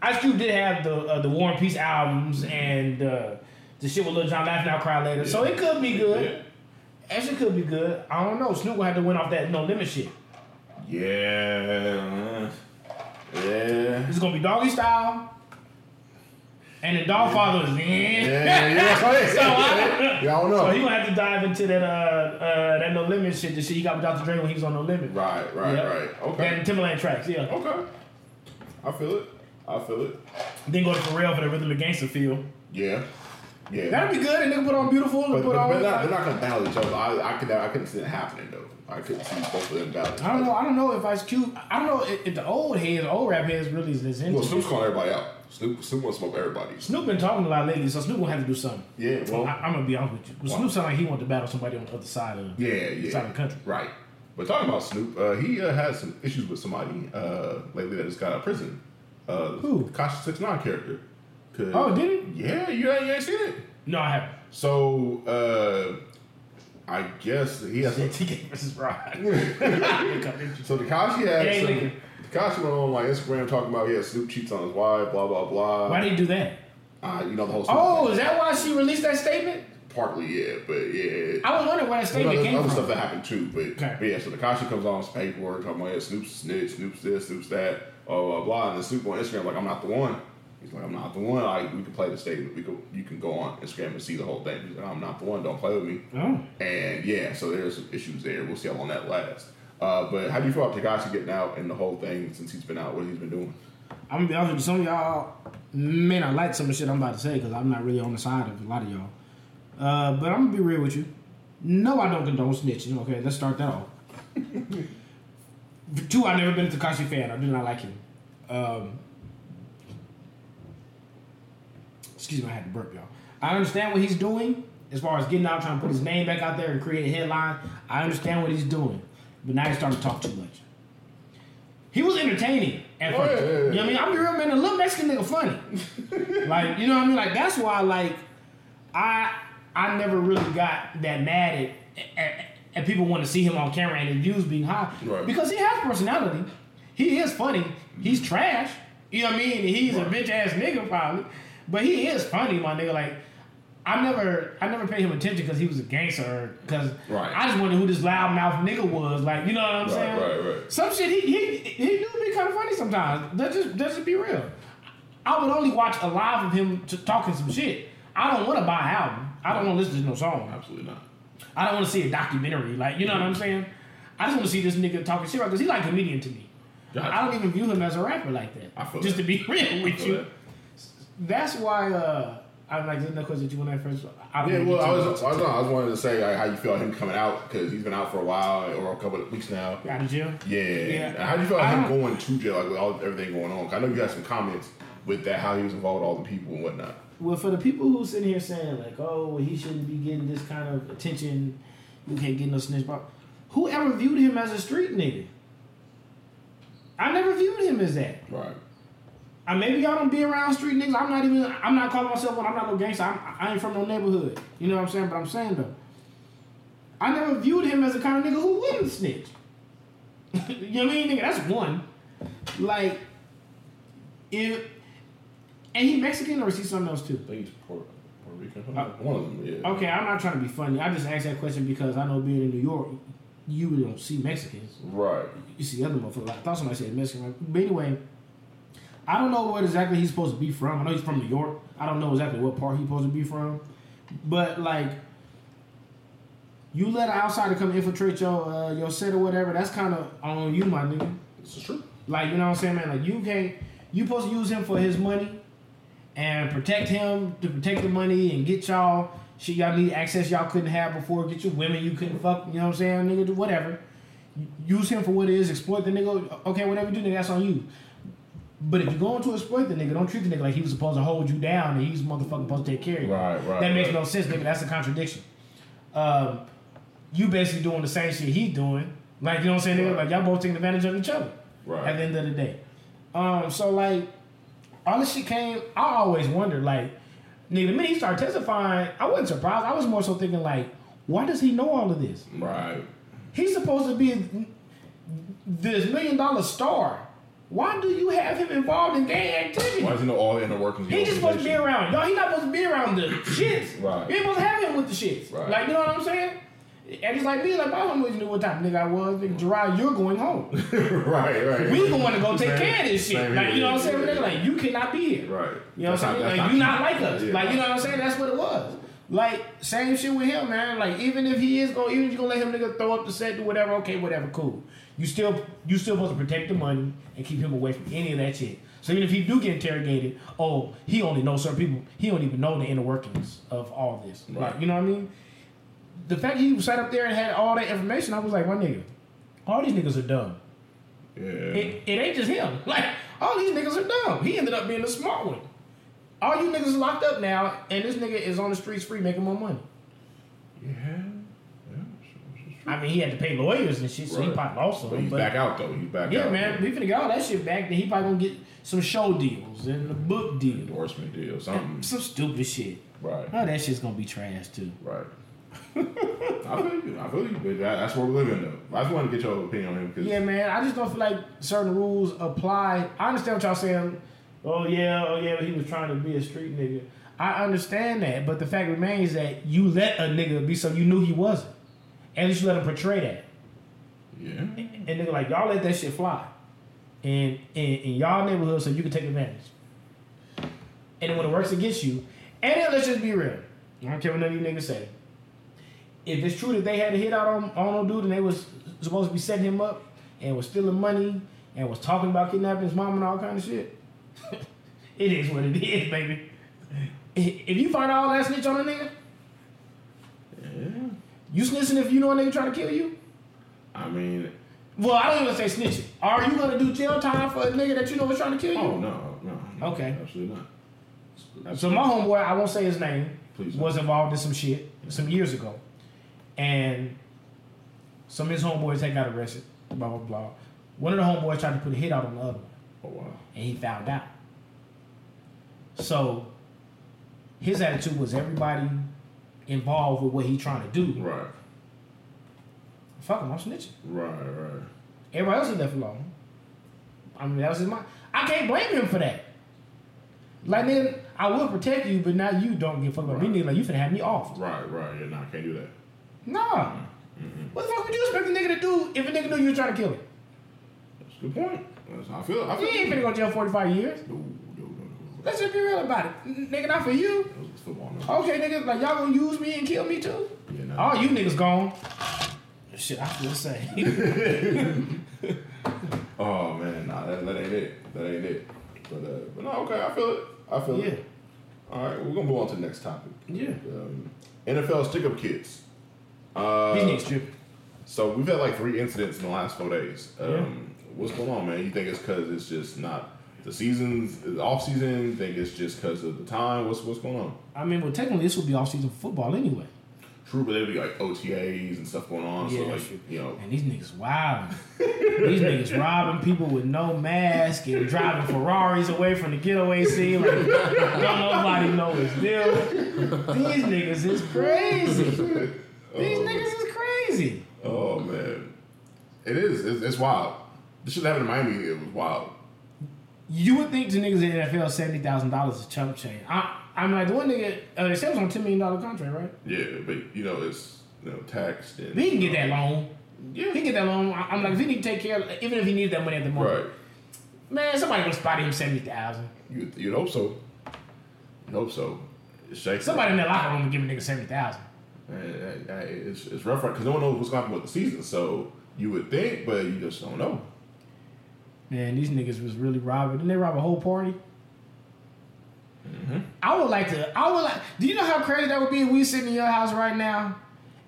S5: Ice Cube did have the uh, the War and Peace albums and uh, the shit with Lil Jon Laugh Now Cry Later. So it could be good.
S4: Yeah.
S5: Actually, could be good. I don't know. Snoop will have to win off that no limit shit.
S4: Yeah. Yeah.
S5: It's gonna be doggy style, and the dog father is
S4: Yeah, yeah, that's what it is.
S5: so I,
S4: Y'all know.
S5: so he gonna have to dive into that uh, uh that no limit shit. The shit he got with Dr. Dre when he was on no limit.
S4: Right, right,
S5: Yep.
S4: right. Okay.
S5: And Timberland tracks. Yeah.
S4: okay. I feel it. I feel it.
S5: Then go to Pharrell for the rhythm and gangster feel.
S4: Yeah. Yeah.
S5: That'd be good. And then put on beautiful.
S4: but
S5: and
S4: but,
S5: put on.
S4: but not, they're not gonna battle each other. I I could I couldn't see it happening though. I couldn't see both of them battling.
S5: I don't know. I don't know if Ice Cube. I don't know if, if the old heads, old rap heads, really is this into.
S4: Well,
S5: it.
S4: Snoop's calling everybody out. Snoop Snoop wants to smoke everybody.
S5: Snoop been talking a lot lately, so Snoop gonna have to do something.
S4: Yeah. Well.
S5: I, I'm gonna be honest with you. Snoop sound like he wanted to battle somebody on the other side of
S4: Yeah, yeah.
S5: side of the country.
S4: Right. But talking about Snoop, uh, he uh, had some issues with somebody uh, lately that just got out of prison. Uh,
S5: Who?
S4: Kasha Six Nine character. 'Cause-
S5: Oh, did it?
S4: Yeah, you ain't, you ain't seen it.
S5: No, I haven't.
S4: So uh, I guess he has. Some,
S5: JTK versus Rod. That's
S4: so Takashi had
S5: It ain't
S4: some.
S5: legal.
S4: Takashi went on like Instagram talking about yeah Snoop cheats on his wife, blah blah blah.
S5: Why they do that?
S4: Uh, you know the whole. Snoop
S5: Oh,
S4: thing.
S5: is that why she released that statement?
S4: partly yeah, but yeah.
S5: I was wondering where that
S4: Well,
S5: statement
S4: there's
S5: came
S4: other
S5: from.
S4: stuff that happened too, but,
S5: Okay.
S4: but yeah, so Takashi comes on, some paperwork, talking about yeah, Snoop's a snitch, Snoop's this, Snoop's that, blah, blah, blah. And then Snoop on Instagram, like, I'm not the one. He's like, I'm not the one. Like, we can play the statement. We can, you can go on Instagram and see the whole thing. He's like, I'm not the one. Don't play with me.
S5: Oh.
S4: And yeah, so there's some issues there. We'll see how long that lasts. Uh, but how do you feel about Takashi getting out and the whole thing since he's been out, what he's been doing?
S5: I'm gonna be honest with you. Some of y'all may not like some of the shit I'm about to say because I'm not really on the side of a lot of y'all. Uh, but I'm gonna be real with you. No, I don't condone snitching. Okay, let's start that off. Two, I've never been a Takashi fan. I do not like him. Um, excuse me, I had to burp, y'all. I understand what he's doing as far as getting out, trying to put his name back out there and create a headline. I understand what he's doing. but now he's starting to talk too much. He was entertaining at
S4: Oh,
S5: first.
S4: yeah, yeah,
S5: You know what I mean? I'm the real man. The little Mexican nigga funny. like, you know what I mean? Like, that's why, like, I I never really got that mad at, at, at people want to see him on camera and his views being high.
S4: Right.
S5: Because he has personality. He is funny. He's trash. You know what I mean? He's a bitch ass nigga probably. But he is funny, my nigga. Like I never I never paid him attention because he was a gangster because
S4: Right.
S5: I just wondered who this loudmouth nigga was. Like, you know what I'm
S4: Right,
S5: saying?
S4: right, right.
S5: Some shit he he he do be kind of funny sometimes. Let's just let's just be real. I would only watch a live of him t- talking some shit. I don't want to buy an album. I don't want to listen to no song.
S4: Absolutely not.
S5: I don't want to see a documentary. Like you know what I'm saying? I just want to see this nigga talking shit because he's like a comedian to me.
S4: Gotcha.
S5: I don't even view him as a rapper like that.
S4: I feel
S5: just
S4: that.
S5: to be real
S4: I
S5: with
S4: feel
S5: you.
S4: that.
S5: That's why uh, I'm like the question that you want to first. I don't
S4: Yeah,
S5: wanna
S4: well,
S5: get
S4: I
S5: too
S4: was, I
S5: much
S4: was, I was wanted to say like, how you feel about him coming out because he's been out for a while or a couple of weeks now.
S5: out of jail.
S4: Yeah.
S5: Yeah.
S4: How do you feel about
S5: I
S4: him
S5: don't-
S4: going to jail, like with all everything going on? 'Cause I know you got some comments with that, how he was involved with all the people and whatnot.
S5: Well, for the people who sitting here saying like, "Oh, he shouldn't be getting this kind of attention," you can't get no snitch. But whoever viewed him as a street nigga, I never viewed him as that.
S4: Right.
S5: I maybe y'all don't be around street niggas. I'm not even. I'm not calling myself one. I'm not no gangster. I'm, I ain't from no neighborhood. You know what I'm saying? But I'm saying though, I never viewed him as the kind of nigga who wouldn't snitch. you know what I mean, nigga? That's one. Like, if and he Mexican or is he something else too?
S4: I think he's Puerto, Puerto Rican.
S5: Uh,
S4: One of them, yeah.
S5: Okay, I'm not trying to be funny. I just asked that question because I know being in New York, you don't see Mexicans.
S4: Right.
S5: You see other motherfuckers. I thought somebody said Mexican. right? But anyway, I don't know what exactly he's supposed to be from. I know he's from New York. I don't know exactly what part he's supposed to be from. But like, you let an outsider come infiltrate your uh, your set or whatever. That's kind of on you, my nigga.
S4: This is true.
S5: Like you know what I'm saying, man. Like you can't. You supposed to use him for his money, and protect him to protect the money and get y'all shit y'all need access y'all couldn't have before. Get your women you couldn't fuck. You know what I'm saying, nigga. Do whatever. Use him for what it is. Exploit the nigga. Okay, whatever you do, nigga. That's on you. But if you're going to exploit the nigga, don't treat the nigga like he was supposed to hold you down and he's motherfucking supposed to take care of you.
S4: Right, right,
S5: That makes
S4: right.
S5: no sense, nigga. That's a contradiction. Um, you basically doing the same shit he's doing. Like you know what I'm saying? nigga?
S4: Right.
S5: Like y'all both taking advantage of each other.
S4: Right.
S5: At the end of the day. Um, so like all this shit came, I always wondered, like, nigga, the minute he started testifying, I wasn't surprised. I was more so thinking like, why does he know all of this?
S4: Right.
S5: He's supposed to be this million dollar star. Why do you have him involved in gang activity?
S4: Why does he know all the inner workings? of the
S5: He just supposed to be
S4: organization?
S5: around. Y'all, he not supposed to be around the shits.
S4: Right.
S5: You ain't supposed to have him with the shits.
S4: Right.
S5: Like, you know what I'm saying? And it's like me, like, my homeboys knew what type of nigga I was. Nigga, Gerard, you're going home.
S4: right, right.
S5: We going to go take
S4: Same-
S5: care of this shit.
S4: same
S5: Like, you
S4: here,
S5: know what I'm saying?
S4: yeah.
S5: Nigga, like, you cannot be here.
S4: Right.
S5: You know
S4: That's
S5: what I'm
S4: not-
S5: saying?
S4: that's
S5: Like,
S4: not
S5: you
S4: you.
S5: not like us.
S4: Yeah.
S5: Like, you know what I'm saying? That's what it was. Like, same shit with him, man. Like, even if he is going, even if you're going to let him nigga throw up the set, do whatever, okay, whatever, cool. You still, you still supposed to protect the money and keep him away from any of that shit. So even if he do get interrogated, oh, he only knows certain people. He don't even know the inner workings of all this.
S4: Right.
S5: Like, you know what I mean? The fact he sat up there and had all that information, I was like, my nigga, all these niggas are dumb.
S4: Yeah.
S5: It, it ain't just him. Like, all these niggas are dumb. He ended up being the smart one. All you niggas locked up now, and this nigga is on the streets free making more money.
S4: Yeah. Yeah. It's true.
S5: I mean, he had to pay lawyers and shit, so he
S4: Right.
S5: probably lost some.
S4: But he's
S5: but-
S4: back out though. He's back
S5: Yeah,
S4: out.
S5: man, we finna get all that shit back. Then he probably gonna get some show deals and a book deal,
S4: Endorsement deal, something.
S5: some stupid shit.
S4: Right.
S5: Oh, that shit's gonna be trash too.
S4: Right. I feel you. I feel you. But that, that's where we live in though. I just want to get your opinion on him because
S5: Yeah, man. I just don't feel like certain rules apply. I understand what y'all saying. Oh yeah, oh yeah. He was trying to be a street nigga. I understand that, but the fact remains that you let a nigga be so you knew he wasn't. At least you let him portray that.
S4: yeah.
S5: And nigga, like y'all let that shit fly, in in, in y'all neighborhood, so you can take advantage. And then when it works against you, and then let's just be real. I don't care what none of you niggas say. If it's true that they had a hit out on on old dude and they was supposed to be setting him up and was stealing money and was talking about kidnapping his mom and all kind of shit, it is what it is, baby. If if you find all that snitch on a nigga, you snitching if you know a nigga trying to kill you.
S4: I mean,
S5: Well, I don't even say snitching. Are you gonna do jail time for a nigga that you know is trying to kill you?
S4: oh no, no. no,
S5: Okay.
S4: Absolutely not.
S5: So my homeboy, I won't say his name,
S4: Please don't.
S5: was involved in some shit some years ago, and Some of his homeboys had got arrested. Blah blah blah. One of the homeboys tried to put a hit out on the other one,
S4: Oh wow.
S5: and he found out. So his attitude was everybody involved with what he trying to do.
S4: Right.
S5: Fuck him, I'm snitching.
S4: Right. Right.
S5: Everybody else is left alone. I mean, that was his mind. I can't blame him for that. Like, nigga, I will protect you, but now you don't give a fuck about me, nigga. Like, you finna have me off.
S4: Right. Right. Yeah. Nah. Can't do that.
S5: Nah. What the fuck would you expect a nigga to do if a nigga knew you was trying to kill him?
S4: That's a good point. That's how I feel. I
S5: He
S4: feel.
S5: ain't finna go to jail 45 years.
S4: No. No. No. No.
S5: Let's just be real about it. Oh. N- Nigga, not for you.
S4: That was football. Man.
S5: Okay, nigga, like, y'all gonna use me and kill me too?
S4: Yeah, nah.
S5: All you niggas gone. Shit, I feel the same.
S4: Oh man, nah, that, that ain't it. That ain't it. But uh, but no, okay, I feel it. I feel
S5: yeah.
S4: it. All right, we're gonna move on to the next topic.
S5: Yeah.
S4: Um, NFL stick-up kids. Uh,
S5: These niggas tripping.
S4: so we've had like three incidents in the last four days. Um,
S5: Yeah.
S4: What's going on, man? You think it's because it's just not the seasons, the off season? You think it's just because of the time? What's what's going on?
S5: I mean, well, technically, this would be off-season football anyway.
S4: True, but there'd be like OTAs and stuff going on. so
S5: Yeah,
S4: like
S5: that's true.
S4: you know,
S5: And these niggas wilding. these niggas robbing people with no mask and driving Ferraris away from the getaway scene. Like, don't nobody know it's them. These niggas is crazy. These
S4: uh,
S5: niggas is crazy.
S4: oh man, it is. It's, it's wild. This shit happened in Miami. It was wild.
S5: You would think the niggas in the NFL seventy thousand dollars is chump change. I, I'm like the one nigga. Uh, they said it was on ten million dollar contract, right?
S4: Yeah, but you know it's you know taxed and
S5: He can get that loan.
S4: Yeah,
S5: He can get that loan. I, am like, if he need to take care, of, even if he needed that money at the moment,
S4: right.
S5: man, somebody gonna spot him seventy thousand.
S4: You you'd hope so. You'd hope so. It's shaky.
S5: Somebody in that locker room would give a nigga seventy thousand.
S4: Uh, uh, uh, It's, it's rough because no one knows what's going to happen with the season. So you would think, but you just don't know.
S5: Man, these niggas was really robbing. Didn't they rob a whole party? I would like to. I would like. Do you know how crazy that would be if we sitting in your house right now,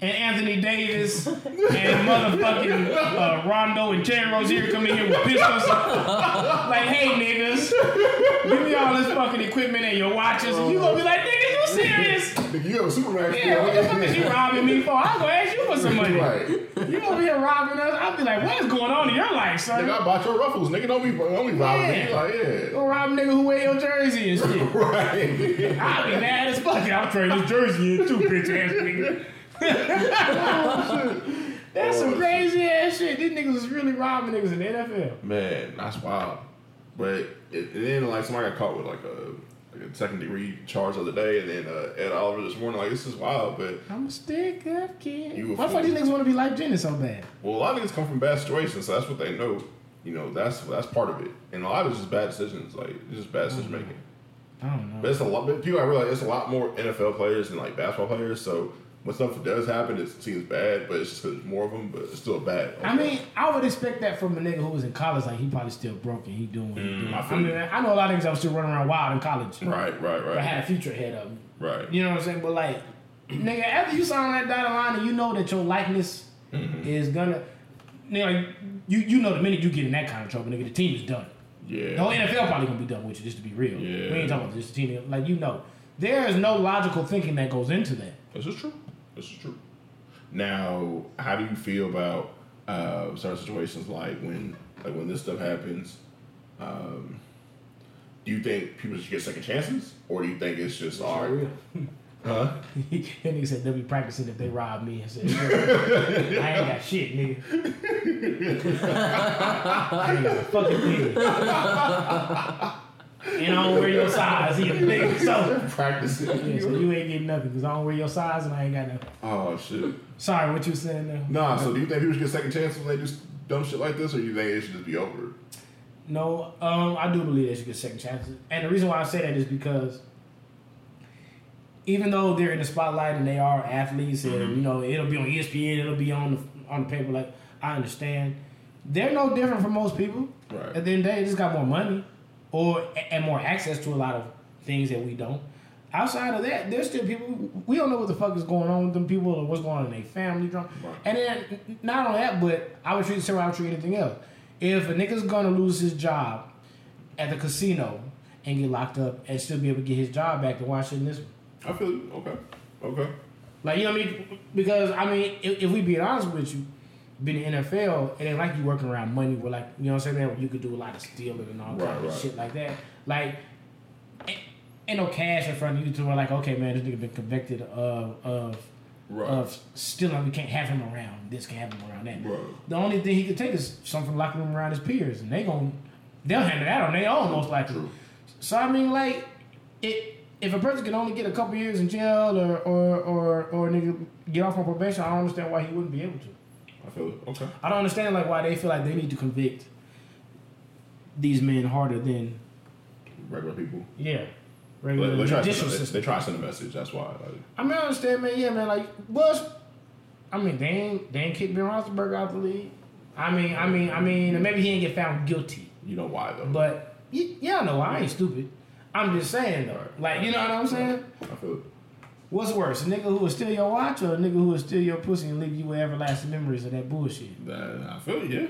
S5: and Anthony Davis and motherfucking uh, Rondo and Terry Rozier come in here with pistols, like, "Hey niggas, give me all this fucking equipment and your watches," and you gonna be like, "Nigga, you serious?
S4: Nigga, you have a Superman.
S5: Yeah, what the fuck is you robbing me for? I'm gonna ask you for some money.
S4: Right.
S5: You over here robbing us? I'll be like, what is going on in your life, son?"
S4: Nigga, I bought your ruffles. Nigga, don't be don't be robbing me.
S5: Yeah.
S4: Like yeah,
S5: Go rob a nigga who wear your jersey and shit.
S4: right.
S5: I'll be mad as fuck. I'll trade this jersey in too, bitch ass nigga. That's some crazy ass shit. These niggas is really robbing niggas in the NFL.
S4: Man, that's wild. But it, and then like somebody got caught with like a like a second degree charge the other day, and then uh, Ed Oliver this morning like this is wild. But
S5: I'm a stick up kid.
S4: You a
S5: Why the fuck
S4: fool.
S5: these niggas want to be like Jenny so bad?
S4: Well, a lot of niggas come from bad situations, so that's what they know. You know, that's that's part of it. And a lot of it's just bad decisions, like it's just bad decision making.
S5: I don't
S4: But
S5: know.
S4: it's a lot. But people, I realize it's a lot more NFL players than like basketball players. So when stuff does happen, it seems bad, but it's just 'cause there's more of them. But it's still bad.
S5: I mean, I would expect that from a nigga who was in college. Like he probably still broke and he doing what he doing.
S4: Mm, I
S5: I,
S4: feel
S5: mean,
S4: you.
S5: I know a lot of niggas that was still running around wild in college.
S4: right, right,
S5: I
S4: right,
S5: had a future ahead of me.
S4: right.
S5: You know what I'm saying? But like, nigga, after you sign that dotted line and you know that your likeness is gonna, nigga, like, you you know the minute you get in that kind of trouble, nigga, the team is done.
S4: Yeah,
S5: The whole NFL probably gonna be done with you, just to be real.
S4: Yeah.
S5: We ain't talking about just the team. Like you know, there is no logical thinking that goes into that.
S4: this is true. This is true. Now, how do you feel about uh, certain situations like when like when this stuff happens? Um, do you think people should get second chances, or do you think it's just all right? Huh?
S5: and nigga said they'll be practicing if they rob me. I said, "Sure." I ain't got shit, nigga. I ain't got a fucking thing. and I don't wear your size either, nigga. So. Yeah, so
S4: Practicing.
S5: you ain't getting nothing because I don't wear your size and I ain't got no.
S4: oh shit.
S5: Sorry, what you saying there?
S4: Nah. So do you think people should get second chances when they do s- dumb shit like this, or you think it should just be over?
S5: No, um, I do believe that you get second chances, and the reason why I say that is because even though they're in the spotlight and they are athletes, and you know it'll be on E ESPN, it'll be on the on the paper. Like I understand, they're no different from most people.
S4: Right.
S5: At the end of the day, they just got more money or and more access to a lot of things that we don't. Outside of that, there's still people we don't know what the fuck is going on with them people or what's going on in their family. Drunk.
S4: Right.
S5: And then not only that, but I would treat it similar. I would treat anything else. If a nigga's gonna lose his job at the casino and get locked up and still be able to get his job back, then why shouldn't this one?
S4: I feel you. Okay. Okay.
S5: Like you know what I mean? Because I mean, if, if we being honest with you, been in the NFL, it ain't like you working around money where like you know what I'm saying, where you could do a lot of stealing and all
S4: Right,
S5: kinds
S4: right.
S5: of shit like that. Like ain't- ain't no cash in front of you to where like, okay man, this nigga been convicted of of
S4: Right.
S5: of stealing, we can't have him around this, can't have him around that.
S4: Right.
S5: The only thing he could take is something from locking him around his peers and they gon' they'll handle that on their own most likely.
S4: True.
S5: So I mean, like, it if a person can only get a couple years in jail or or or or nigga get off on probation, I don't understand why he wouldn't be able to.
S4: I feel it. Okay.
S5: I don't understand like why they feel like they need to convict these men harder than
S4: Regular people.
S5: yeah
S4: They,
S5: regular
S4: they, try, to
S5: judicial
S4: send, they,
S5: system.
S4: they try to send a message. That's why. Like,
S5: I mean, I understand, man. Yeah, man. Like, was I mean, they ain't they ain't kick Ben Roethlisberger out the league. I mean, I mean, I mean, maybe he ain't get found guilty.
S4: you know why though.
S5: But y- y'all know I ain't stupid. I'm just saying though. Like, you know what I'm saying?
S4: I feel it.
S5: What's worse, a nigga who will steal your watch or a nigga who will steal your pussy and leave you with everlasting memories of that bullshit?
S4: That, I feel you. Yeah.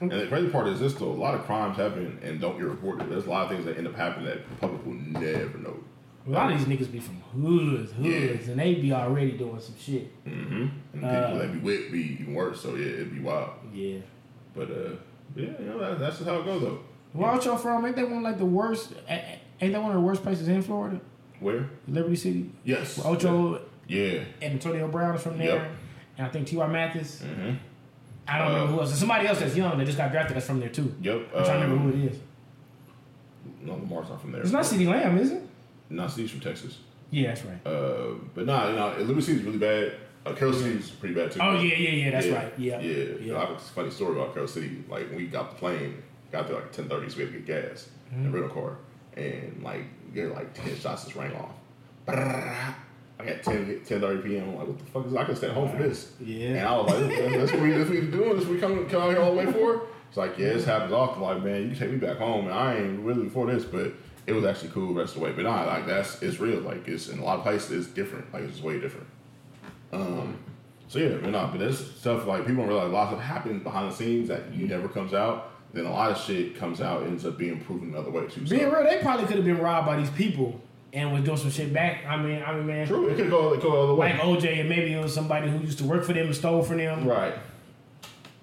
S4: And the crazy part is this though. A lot of crimes happen and don't get reported. There's a lot of things that end up happening that the public will never know.
S5: A lot of these niggas be from hoods, hoods, and they be already doing some shit.
S4: And the people that be with be even worse. So yeah, it'd be wild.
S5: Yeah.
S4: But uh, yeah, you know that, that's just how it goes though.
S5: Where out y'all from? Ain't that one like the worst? a- a- Ain't that one of the worst places in Florida?
S4: Where?
S5: Liberty City?
S4: Yes.
S5: Ocho
S4: Yeah.
S5: and Antonio Brown is from there.
S4: Yep.
S5: And I think T.Y. Mathis.
S4: Mm-hmm.
S5: I don't
S4: Uh,
S5: remember who else. There's somebody else that's young that just got drafted that's from there too.
S4: Yep.
S5: I'm trying to remember
S4: Um,
S5: who it is.
S4: no, Lamar's not from there.
S5: It's not CeeDee Lamb, is it?
S4: Not Steve's from Texas.
S5: Yeah, that's right.
S4: Uh, but nah, you know, Liberty City is really bad. Uh, Carroll City is pretty bad too.
S5: Oh, yeah, yeah, yeah, that's right. Yeah.
S4: Yeah. You know, I have a funny story about Carroll City. Like when we got the plane, got there like ten thirty, so we had to get gas
S5: Mm-hmm.
S4: in the rental car, and like we had like ten shots just rang off. Brrrr. I got 10, 10:30 p.m. I'm like, what the fuck is I could stay at home for this.
S5: Yeah.
S4: And I was like, that's, that's what we that's what we doing. That's what we coming come out here all the way for. It's like, yeah, this happens often. Like, man, you can take me back home, and I ain't really for this, but it was actually cool the rest of the way. But nah, like that's it's real. Like it's in a lot of places it's different. Like it's just way different. Um, So yeah, but nah, but there's stuff like people don't realize lots of happens behind the scenes that you never comes out. Then a lot of shit comes out and ends up being proven another way too. So,
S5: Being real, they probably could have been robbed by these people and was doing some shit back. I mean, I mean, man,
S4: true, it could go it could go the other way.
S5: like OJ, and maybe it was somebody who used to work for them and stole from them.
S4: right.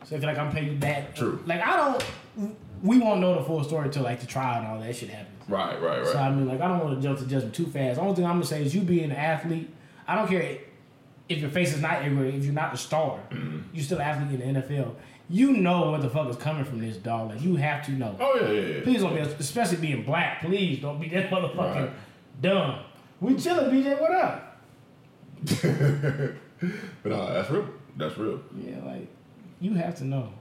S5: So I feel like I'm paying you back.
S4: True.
S5: Like I don't, we won't know the full story until like the trial and all that shit happens.
S4: Right, right, right.
S5: So I mean, like I don't want to jump to judgment too fast. Only thing I'm gonna say is you being an athlete. I don't care if your face is not everywhere. If you're not the star,
S4: Mm-hmm.
S5: you're still an athlete in the NFL. You know what the fuck is coming from this dog. Like you have to know.
S4: oh yeah, yeah, yeah.
S5: Please don't be, especially being black. Please don't be that motherfucking
S4: Right.
S5: dumb. We chilling, BJ. What up?
S4: But nah, that's real. That's real.
S5: Yeah, like you have to know.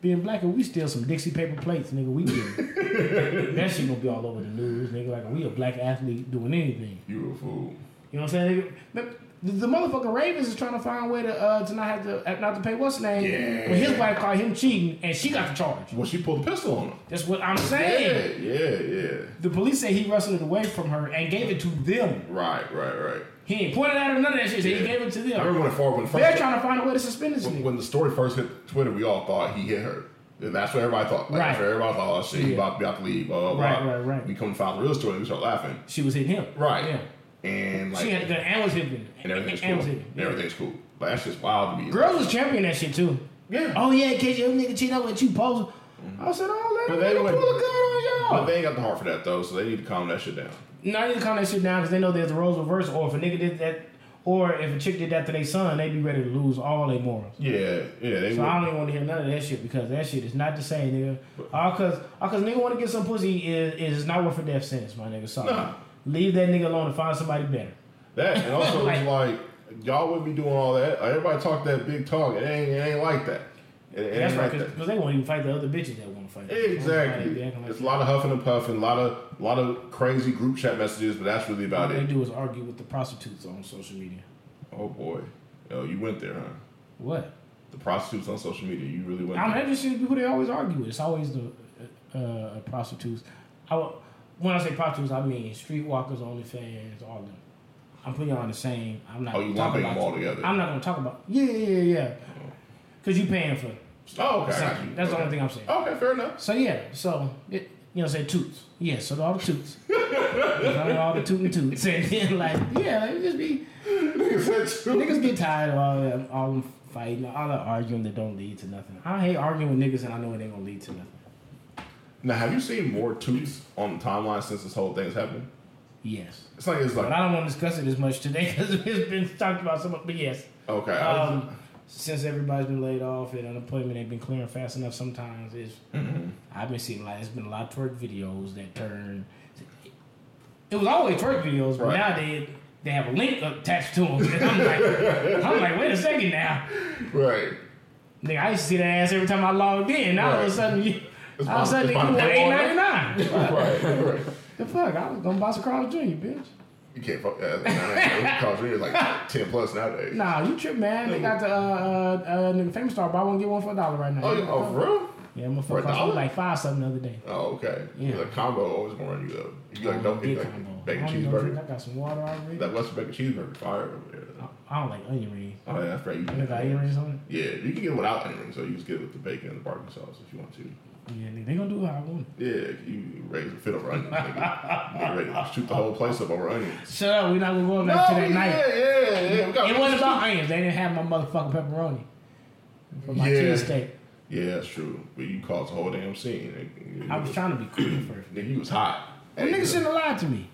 S5: Being black and we steal some Dixie paper plates, nigga. We get it. that shit gonna be all over the news, nigga. Like we a black athlete doing anything.
S4: You a fool.
S5: You know what I'm saying? The, the motherfucking Ravens is trying to find a way to uh, to not have to not to pay what's his name.
S4: Yeah.
S5: When his wife caught him cheating and she got the charge.
S4: Well, she pulled the pistol on him.
S5: That's what I'm
S4: Yeah,
S5: saying.
S4: yeah, yeah.
S5: The police say he wrestled it away from her and gave it to them.
S4: Right, right, right.
S5: He ain't pointed at her none of that shit. so
S4: Yeah.
S5: He gave it to
S4: I
S5: them.
S4: remember when it far when it
S5: They're
S4: first
S5: trying to find a way to suspend this
S4: when,
S5: nigga.
S4: when the story first hit Twitter, we all thought he hit her. And that's what everybody thought. Like, That's
S5: Right.
S4: what everybody thought, oh shit, he
S5: Yeah.
S4: about to be out the league, blah, blah, blah.
S5: Right, right, right.
S4: We come to find the real story and we start laughing.
S5: She was hitting him.
S4: Right.
S5: Yeah.
S4: And like
S5: she had the gun and was hitting him.
S4: and everything's
S5: And was
S4: cool.
S5: hitting him.
S4: And everything's cool. But that's just wild to me.
S5: Girls was champion that shit too.
S4: Yeah.
S5: Oh yeah, KJ, you nigga cheating up with you, poser. I said, oh,
S4: But
S5: let
S4: they
S5: him pull a
S4: went-
S5: gun on y'all.
S4: But they ain't got the heart for that though, so they need to calm that shit down.
S5: No, I need to calm that shit down because they know there's the roles reversed. Or if a nigga did that, or if a chick did that to their son, they be ready to lose all their morals.
S4: Yeah, yeah, they
S5: So I
S4: would.
S5: don't even want to hear none of that shit because that shit is not the same, nigga. All cause, all cause nigga want to get some pussy is is not worth a death sentence, my nigga. Sorry.
S4: Nah.
S5: Leave that nigga alone and find somebody better.
S4: That and also it's
S5: Like-
S4: like y'all wouldn't be doing all that. Everybody talk that big talk. It ain't it ain't like that. It, it
S5: That's
S4: ain't
S5: right,
S4: like that.
S5: because they won't even fight the other bitches that want to fight. They
S4: Exactly.
S5: be acting like
S4: It's a lot of huffing and puffing, a lot of lot of crazy group chat messages, but that's really
S5: all
S4: about
S5: they
S4: it.
S5: do is argue with the prostitutes on social media.
S4: Oh boy, yo, you went there, huh?
S5: What?
S4: The prostitutes on social media, you really went.
S5: I don't
S4: there.
S5: that just should be who they always argue with. It's always the uh, uh, prostitutes. I, wa- when I say prostitutes, I mean streetwalkers, OnlyFans, all them. I'm putting y'all on the same. I'm not.
S4: Oh, you
S5: talking
S4: lumping them
S5: about-
S4: all together.
S5: I'm not gonna talk about. Yeah, yeah, yeah, yeah. Because you paying for
S4: Oh, okay, I got
S5: something.
S4: you.
S5: That's the
S4: okay.
S5: only thing I'm saying.
S4: Okay, fair enough.
S5: So yeah, so it, you know, say toots. Yeah, so all the toots. all the toot and toots, and then like yeah, like, just be
S4: Nigga said true.
S5: niggas get tired of all them, all them fighting, all that arguing that don't lead to nothing. I hate arguing with niggas and I know it ain't gonna lead to nothing.
S4: Now, have you seen more tweets on the timeline since this whole thing's happened?
S5: Yes.
S4: It's like it's
S5: But
S4: like
S5: I don't want to discuss it as much today because it's been talked about so much. But yes,
S4: okay,
S5: um, since everybody's been laid off and unemployment ain't been clearing fast enough, sometimes it's
S4: Mm-hmm.
S5: I've been seeing like it's been a lot of twerk videos that turn. It was always twerk videos, but
S4: Right.
S5: now they they have a link attached to them. And I'm like, I'm like, wait a second now,
S4: right?
S5: nigga. I used to see that ass every time I logged in. Now all of
S4: Right.
S5: a sudden, you,
S4: It's
S5: all of a
S4: my-
S5: sudden
S4: it's
S5: you
S4: my
S5: want
S4: name
S5: eight
S4: on it.
S5: ninety nine.
S4: right, right.
S5: The fuck, I was gonna buy some Carl Jr. bitch.
S4: You can't fuck that. Nah, nah, nah. It's like ten plus nowadays.
S5: Nah, you trip, man. They got the uh, uh, uh, nigga famous star, but I won't get one for a dollar right now.
S4: Oh, you- oh, for real?
S5: Yeah, I'm gonna
S4: For a
S5: fuck off.
S4: dollar?
S5: like five something the other day.
S4: Oh, okay.
S5: Yeah.
S4: The combo always gonna run you though. You
S5: I
S4: like
S5: don't
S4: don't you
S5: get
S4: like
S5: combo.
S4: bacon
S5: I don't even drink.
S4: cheeseburger.
S5: I got some water already.
S4: That Western bacon cheeseburger fire over there. though.
S5: I don't like onion rings.
S4: Oh yeah, that's right. You
S5: I got onion rings on
S4: Yeah, you can get it without onion rings, so you just get it with the bacon and the barbecue sauce if you want to.
S5: it. Yeah, nigga, they gonna do how I want.
S4: Yeah, you raise a fit over onions. nigga. Nigga ready to shoot the whole place up over onions.
S5: it. Shut up. We're not gonna go back to that
S4: yeah,
S5: night.
S4: yeah, yeah. We got
S5: It wasn't about onions. They didn't have my motherfucking pepperoni for my
S4: Yeah.
S5: cheesesteak.
S4: Yeah, that's true. But you caused the whole damn scene. nigga. You
S5: I was trying to be cool at first.
S4: Nigga, you was hot.
S5: That
S4: Hey,
S5: nigga shouldn't have lied to me.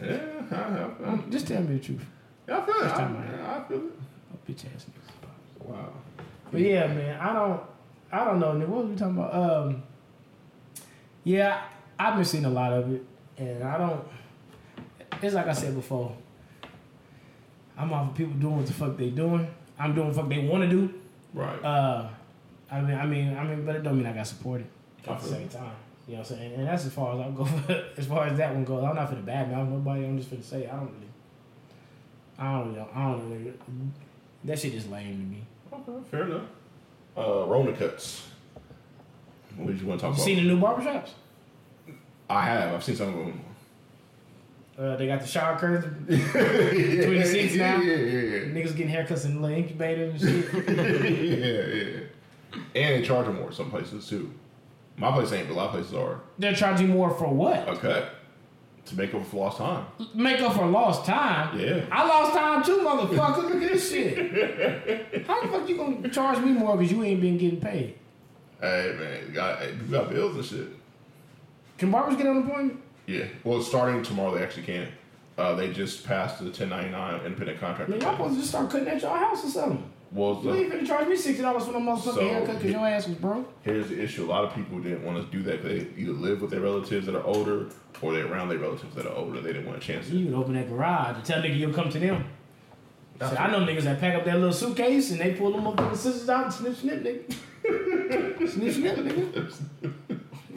S4: Yeah, I, I, I,
S5: Just tell me the truth.
S4: yeah, I feel it.
S5: time
S4: I, I feel it.
S5: Oh, bitch ass niggas.
S4: Wow.
S5: But yeah, man, I don't, I don't know. Nigga, what was we talking about? Um, yeah, I've been seeing a lot of it, and I don't. It's like I said before. I'm off of people doing what the fuck they doing. I'm doing what the fuck they want to do.
S4: Right.
S5: Uh, I mean, I mean, I mean, but it don't mean I got supported at the
S4: Absolutely.
S5: same time. You know what I'm saying? And that's as far as I go. as far as that one goes, I'm not finna bad man. Nobody. I'm just finna say I don't really. I don't really. I don't really. That shit is lame to me.
S4: okay, fair enough. Uh, Rona cuts. What did you want to talk
S5: You
S4: about?
S5: seen the new barbershops?
S4: I have. I've seen some of them.
S5: Uh, they got the shower curtains.
S4: yeah,
S5: 26
S4: yeah,
S5: now?
S4: Yeah, yeah, yeah.
S5: Niggas getting haircuts in little incubators and shit.
S4: yeah, yeah. And they charge them more some places too. My place ain't, but a lot of places are.
S5: They're charging more for what?
S4: A cut to make up for lost time.
S5: Make up for lost time.
S4: Yeah.
S5: I lost time too, motherfucker. Look at this shit. How the fuck you gonna charge me more because you ain't been getting paid?
S4: Hey man, you got, you got bills and shit.
S5: Can barbers get unemployment?
S4: Yeah. Well, starting tomorrow they actually can. Uh, they just passed the 1099 independent contractor.
S5: Man, y'all supposed to just start cutting at y'all house or something.
S4: Well,
S5: You ain't
S4: the,
S5: finna charge me sixty dollars for no motherfucking
S4: So-
S5: haircut because your ass was broke.
S4: here's the issue: a lot of people didn't want to do that. They either live with their relatives that are older, or they're around their relatives that are older. They didn't want a chance.
S5: You
S4: To.
S5: can open that garage and tell nigga you'll come to them. Shit, I know niggas that pack up that little suitcase and they pull them motherfucking scissors out and snip, snip, nigga. snip, snip, nigga.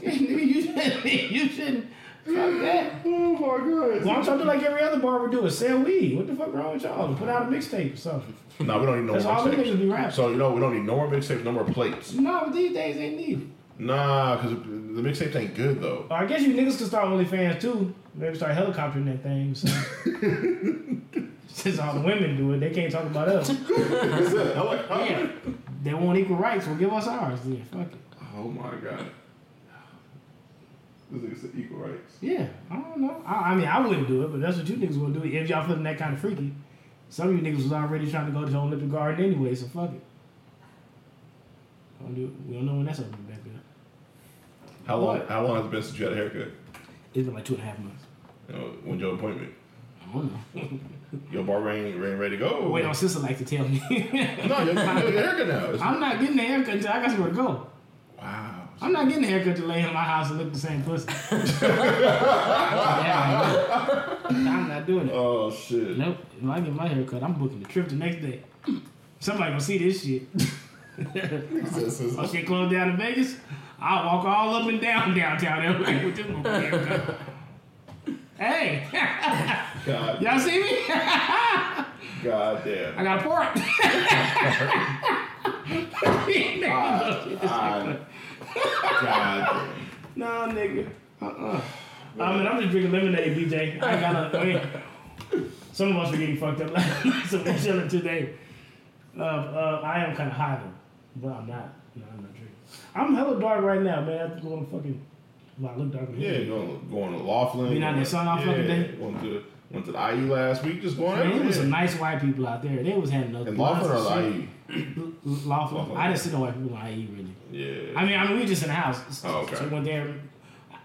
S5: Yeah, nigga, you shouldn't. You shouldn't. Fuck that.
S4: Oh my
S5: Why don't y'all do like every other barber do it? Sell weed. What the fuck wrong with y'all? Put out a mixtape or something.
S4: No, we don't need
S5: Mm-hmm.
S4: no
S5: That's
S4: more
S5: all them niggas
S4: mixtapes.
S5: be rapping.
S4: So you know we don't need no more mixtapes, no more plates.
S5: no, but these days they need it.
S4: Nah, because the mixtapes ain't good though.
S5: Well, I guess you niggas could start OnlyFans too. Maybe start helicoptering that thing. So. Since all the women do it, they can't talk about us. Yeah. They want equal rights. Well, give us ours. Yeah, fuck it.
S4: Oh my god. This nigga said equal rights.
S5: Yeah, I don't know. I, I mean, I wouldn't do it, but that's what you niggas would do if y'all feeling that kind of freaky. Some of you niggas was already trying to go to the Olympic Garden anyway, so fuck it. Don't do, we don't know when that's opening back up.
S4: How long? How long has it been since you had a haircut?
S5: It's been like two and a half months.
S4: You know, when's your appointment?
S5: I don't know.
S4: Your barber ain't, ain't ready to go.
S5: Wait, on sister like to tell me.
S4: no, your, your, your haircut now. It's-
S5: I'm not getting a haircut until I got somewhere to go.
S4: wow.
S5: I'm not getting a haircut to lay in my house and look the same pussy. I'm not doing it.
S4: Oh shit.
S5: Nope. If I get my haircut, I'm booking the trip the next day. Somebody gonna see this shit.
S4: This is-
S5: Once they close down in Vegas, I'll walk all up and down downtown LA with this motherfucking haircut. Hey,
S4: God,
S5: y'all see me?
S4: god damn.
S5: I got a port.
S4: I- Um, God
S5: No, nigga. Uh-uh. I mean, I'm just drinking lemonade, BJ. I gotta, I mean, some of us are getting fucked up. so we're chilling today. Uh, uh, I am kind of high, though. But I'm not. No, I'm not drinking. I'm hella dark right now, man. I just going fucking, well, I look dark. in
S4: damn. Yeah,
S5: here.
S4: you going going to Laughlin.
S5: Been out in the sun all fucking day?
S4: Went to went to the IU last week. Just going
S5: Man, there was some
S4: everywhere.
S5: nice white people out there. They was having nothing.
S4: And Laughlin or the IU?
S5: lawful.
S4: Lawful.
S5: I didn't sit nowhere people I eat really.
S4: Yeah.
S5: I mean, I mean, we were just in the house.
S4: Oh, okay.
S5: So we went there.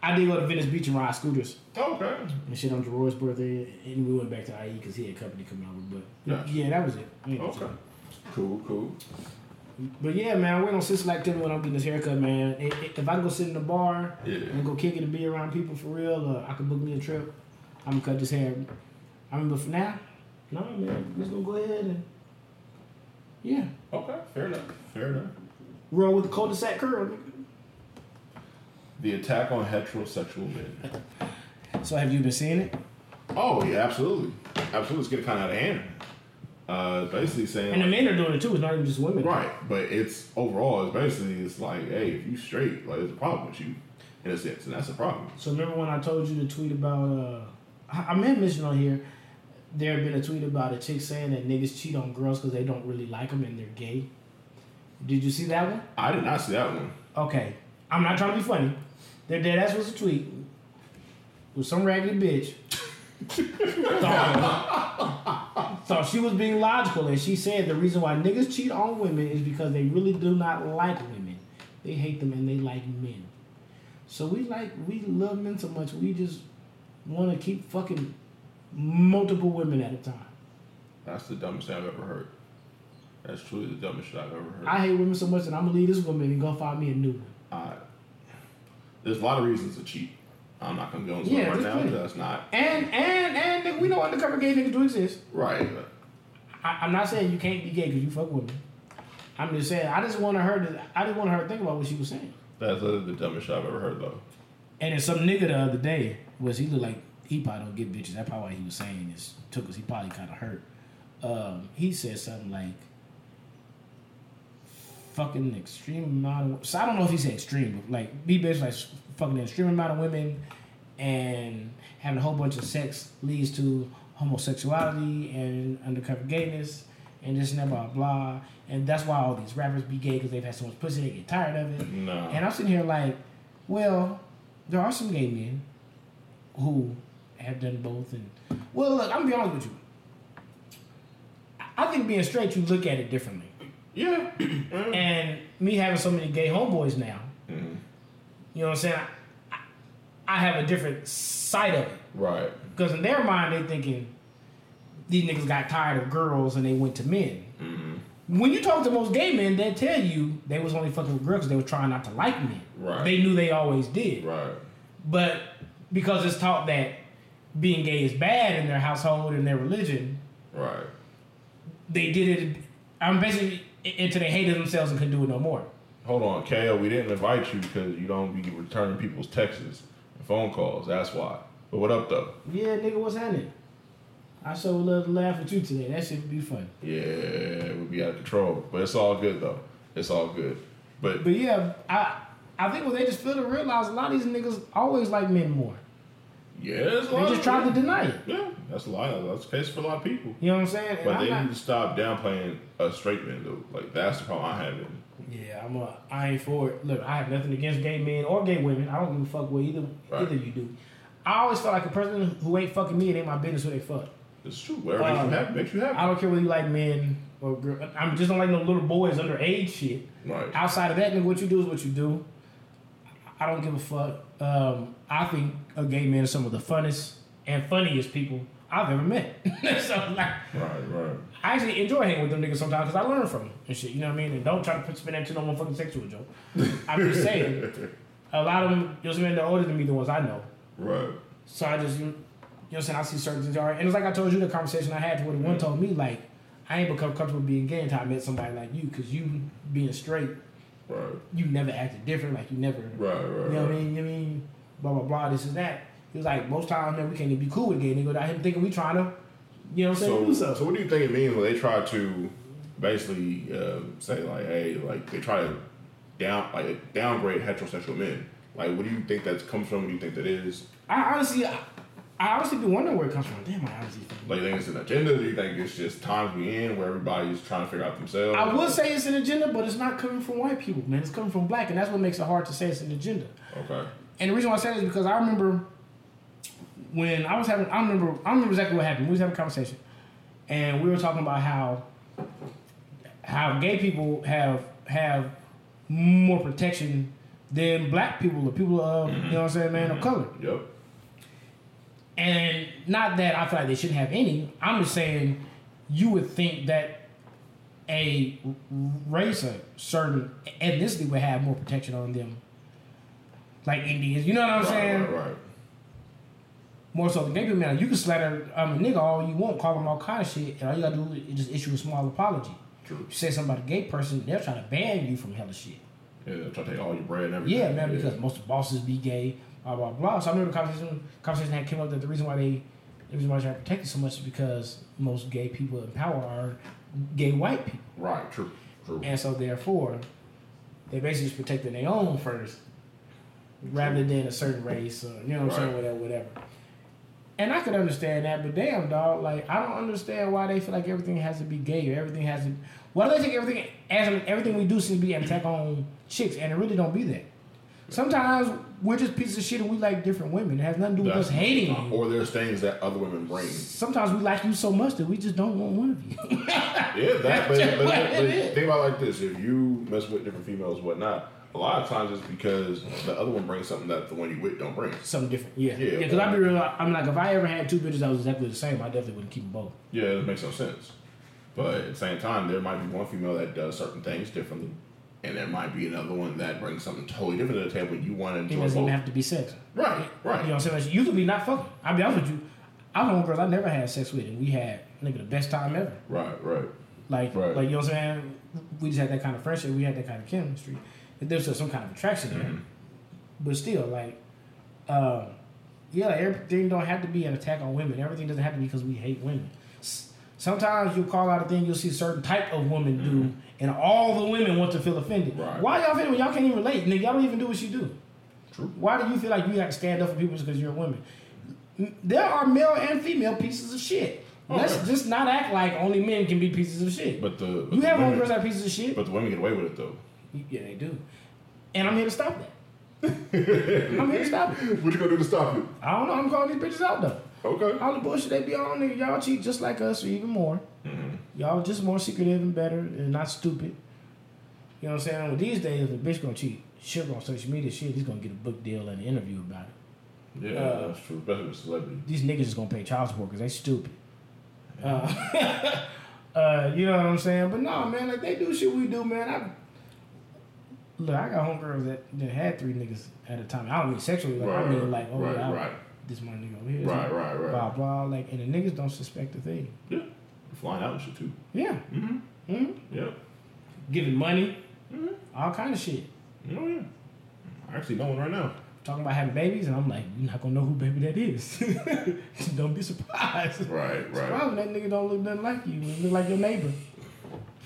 S5: I did go to Venice Beach and ride scooters
S4: Oh, okay.
S5: and shit on Jeroy's birthday, and we went back to IE because he had company coming over. But
S4: Gotcha.
S5: yeah, that was it. We didn't do
S4: Okay. Cool, cool.
S5: But yeah, man, I went on Six Black Ten when I'm getting this haircut, man. I- I- If I go sit in the bar
S4: Yeah.
S5: and go kick it and be around people for real, uh, I could book me a trip. I'm gonna cut this hair. I mean, but for now, no, man, just gonna go ahead and yeah,
S4: Okay. Fair enough. Fair enough.
S5: roll with the cul-de-sac curl. nigga.
S4: The attack on heterosexual men.
S5: So have you been seeing it?
S4: Oh yeah, absolutely. Absolutely, it's getting kind of out of hand. Uh, basically saying
S5: And the
S4: like-
S5: men are doing it too. It's not even just women.
S4: Right, but it's overall, it's basically it's like, hey, if you straight, like there's a problem with you, in a sense, and that's a problem.
S5: So remember when I told you the tweet about uh, I, I may have mentioned on here. There had been a tweet about a chick saying that niggas cheat on girls because they don't really like them and they're gay. Did you see that one?
S4: I did not see that one.
S5: Okay, I'm not trying to be funny. Their dead ass was a tweet with some raggedy bitch. thought, thought she was being logical, and she said the reason why niggas cheat on women is because they really do not like women. They hate them and they like men. So we like we love men so much we just want to keep fucking multiple women at a time.
S4: That's the dumbest thing I've ever heard. That's truly the dumbest shit I've ever heard.
S5: I hate women so much that I'm gonna leave this woman and go find me a new one.
S4: I- there's a lot of reasons to cheat. I'm not gonna go into
S5: Yeah,
S4: it right
S5: there's
S4: now.
S5: plenty.
S4: 'cause That's not
S5: And and and nigga, we know undercover gay niggas do exist.
S4: right. but-
S5: I, I'm not saying you can't be gay because you fuck women. I'm just saying I just wanted her to. I just wanted her to think about what she was saying.
S4: That's literally the dumbest shit I've ever heard, though.
S5: And then some nigga the other day was he looked like he probably don't get bitches. That's probably why he was saying this too, because he probably kind of hurt. Um, he said something like, "Fucking extreme amount of." So I don't know if he said extreme, but like he basically like fucking an extreme amount of women and having a whole bunch of sex leads to homosexuality and undercover gayness and this and that blah blah. And that's why all these rappers be gay because they've had so much pussy they get tired of it.
S4: No.
S5: And I'm sitting here like, well, there are some gay men who have done both. And well, look, I'm gonna be honest with you. I- I think being straight, you look at it differently.
S4: Yeah.
S5: And me having so many gay homeboys now, you know what I'm saying? I, I have a different side of it
S4: right.
S5: because in their mind they thinking these niggas got tired of girls and they went to men.
S4: Mm-hmm.
S5: When you talk to most gay men, they tell you they was only fucking with girls because they were trying not to like men.
S4: Right.
S5: They knew they always did.
S4: Right.
S5: But because it's taught that being gay is bad in their household and their religion,
S4: Right.
S5: they did it. I'm basically until they hated themselves and couldn't do it no more.
S4: Hold on, KO. We didn't invite you because you don't be returning people's texts and phone calls. That's why. But what up, though?
S5: Yeah, nigga, what's happening? I so would love to laugh with you today. That shit would be fun.
S4: Yeah, we'll be out of control. But it's all good though. It's all good. But
S5: But yeah, I I think what they just feel to realize a lot of these niggas always like men more.
S4: yeah, it's a
S5: They
S4: lot
S5: just
S4: of
S5: try to
S4: people.
S5: deny it.
S4: Yeah, that's a lot. Of, that's the case for a lot of people.
S5: You know what I'm saying? And
S4: But
S5: I'm
S4: they
S5: not-
S4: need to stop downplaying a straight man though. Like that's the problem I have. in-
S5: yeah, I'm a, I ain't for it. Look, I have nothing against gay men or gay women. I don't give a fuck what either
S4: Right.
S5: either you do. I always felt like a person who ain't fucking me, it ain't my business who they fuck.
S4: It's true. Whatever makes
S5: Um,
S4: you happy makes you
S5: I
S4: happy.
S5: don't care whether you like men or girl. I'm just don't like no little boys underage shit.
S4: Right.
S5: Outside of that, nigga, what you do is what you do. I don't give a fuck. Um, I think a gay man is some of the funnest and funniest people I've ever met. so like,
S4: right. Right.
S5: I actually enjoy hanging with them niggas sometimes because I learn from them and shit. You know what I mean? And don't try to put spin that to no motherfucking sexual joke. I'm just saying, a lot of them, you know, what I'm saying, they're older than me, the ones I know.
S4: Right.
S5: So I just, you know what I'm saying? I see certain things are. And it's like I told you the conversation I had where the one told me, like, I ain't become comfortable being gay until I met somebody like you because you being straight,
S4: Right.
S5: you never acted different. Like, you never,
S4: Right. Right.
S5: you know what I
S4: right.
S5: mean? You know what I mean? Blah, blah, blah, this and that. He was like, most times, man, we can't even be cool with gay nigga without him thinking we trying to, you know what I'm saying,
S4: So,
S5: do something.
S4: so what do you think it means when they try to basically um, say like, hey, like they try to down like downgrade heterosexual men? Like, what do you think that comes from? What do you think that is?
S5: I honestly, I, I honestly be wondering where it comes from. Damn, I honestly. think-
S4: Like, you think it's an agenda? Do you think it's just times we in where everybody's trying to figure out themselves?
S5: I would say it's an agenda, but it's not coming from white people, man. It's coming from black, and that's what makes it hard to say it's an agenda.
S4: Okay.
S5: And the reason why I say that is because I remember when I was having, I remember, I remember exactly what happened. We was having a conversation, and we were talking about how how gay people have have more protection than black people or people of you know what I'm saying, man, of color.
S4: Yep.
S5: And not that I feel like they shouldn't have any. I'm just saying you would think that a race, a certain ethnicity would have more protection on them. Like Indians, you know what I'm
S4: Right,
S5: saying?
S4: right, right.
S5: More so than gay people. Now, you can slander um, a nigga all you want, call him all kind of shit, and all you gotta do is just issue a small apology.
S4: True.
S5: You say something about a gay person, they'll try to ban you from hella shit.
S4: Yeah, try to take all your bread and everything.
S5: Yeah, man, because most of bosses be gay, blah blah blah. So I remember the conversation conversation that came up that the reason why they the reason why they're protected so much is because most gay people in power are gay white people.
S4: Right, true, true.
S5: And so therefore they basically just protecting their own first rather than a certain race or you know what I'm saying,
S4: Right.
S5: whatever, whatever. And I could understand that, but damn dog, like I don't understand why they feel like everything has to be gay or everything has to why do they take everything as everything we do seems to be an attack on chicks and it really don't be that. Sometimes we're just pieces of shit and we like different women. It has nothing to do with
S4: That's-
S5: us hating you.
S4: Or there's things that other women bring.
S5: Sometimes we like you so much that we just don't want one of you.
S4: Yeah, that. But,
S5: just
S4: but,
S5: what
S4: but
S5: it is.
S4: think about it like this: if you mess with different females, whatnot, a lot of times it's because the other one brings something that the one you with don't bring.
S5: something different. Yeah,
S4: Yeah.
S5: yeah. Because I'd be real. I'm like, if I ever had two bitches that was exactly the same, I definitely wouldn't keep them both.
S4: Yeah, that makes no sense. But at the same time, there might be one female that does certain things differently, and there might be another one that brings something totally different to the table. You want to
S5: It
S4: enjoy
S5: doesn't
S4: both.
S5: even have to be sex.
S4: right, right.
S5: You know what I'm saying? You could be not fucking. I'll be honest with you. I'm one girl I never had sex with, and we had nigga the best time ever.
S4: Right, right.
S5: Like,
S4: Right.
S5: like you know what I'm saying? We just had that kind of friendship. We had that kind of chemistry. And there was still some kind of attraction there,
S4: Mm-hmm.
S5: but still, like, um, yeah, like, everything don't have to be an attack on women. Everything doesn't have to be because we hate women. S- Sometimes you call out a thing, you'll see a certain type of woman do, and all the women want to feel offended.
S4: Mm-hmm. Right.
S5: Why y'all offended when y'all can't even relate? Nigga, y'all don't even do what she do.
S4: True.
S5: Why do you feel like you have to stand up for people just because you're a woman? There are male and female pieces of shit. Let's
S4: Okay.
S5: just not act like only men can be pieces of shit.
S4: But the but
S5: You
S4: the
S5: have
S4: women,
S5: homegirls that are pieces of shit.
S4: but the women get away with it though.
S5: yeah, they do. And I'm here to stop that. I'm here to stop it.
S4: What you gonna do to stop it?
S5: I don't know. I'm calling these bitches out though.
S4: Okay.
S5: All the bullshit they be on, nigga. Y'all cheat just like us, or even more.
S4: Mm-hmm.
S5: Y'all just more secretive and better, and not stupid. You know what I'm saying? Well, these days, if a bitch gonna cheat, shit on social media, shit, he's gonna get a book deal and an interview about it.
S4: Yeah, that's true. Especially with celebrity.
S5: these niggas is gonna pay child support because they stupid. Uh, uh, you know what I'm saying? But no, man, like they do shit we do, man. I look, I got homegirls that, that had three niggas at a time. I don't mean sexually, like,
S4: Right,
S5: I mean
S4: right,
S5: like, oh
S4: right,
S5: yeah, I-
S4: right.
S5: this my nigga over here, this
S4: Right,
S5: my-
S4: right, right.
S5: blah blah. Like, and the niggas don't suspect a thing.
S4: Yeah. Flying out and shit too.
S5: Yeah,
S4: Mm-hmm. Yeah.
S5: giving money,
S4: Mm-hmm.
S5: all kind of shit.
S4: Oh yeah. I actually know one right now.
S5: Talking about having babies, and I'm like, you're not gonna know who baby that is. don't be surprised.
S4: Right, right.
S5: Problem that nigga don't look nothing like you. He look like your neighbor.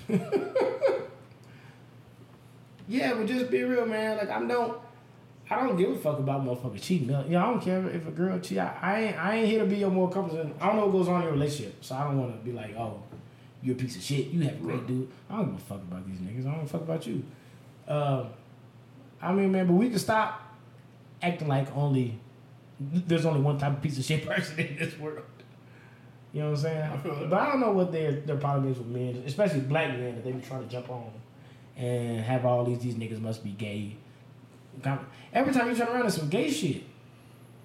S5: yeah, but just be real, man. Like I'm don't, I don't give a fuck about motherfuckers cheating. You know, I don't care if a girl cheat. I, I ain't, I ain't here to be your more comfortable. I don't know what goes on in your relationship, so I don't want to be like, oh, you're a piece of shit. You have a great
S4: Right.
S5: dude. I don't give a fuck about these niggas. I don't give a fuck about you. Um, I mean, man, but we can stop acting like only there's only one type of piece of shit person in this world. You know what I'm saying?
S4: I feel that.
S5: But I don't know what their their problem is with men, especially black men that they be trying to jump on and have all these these niggas must be gay. Com- Every time you turn around, it's some gay shit.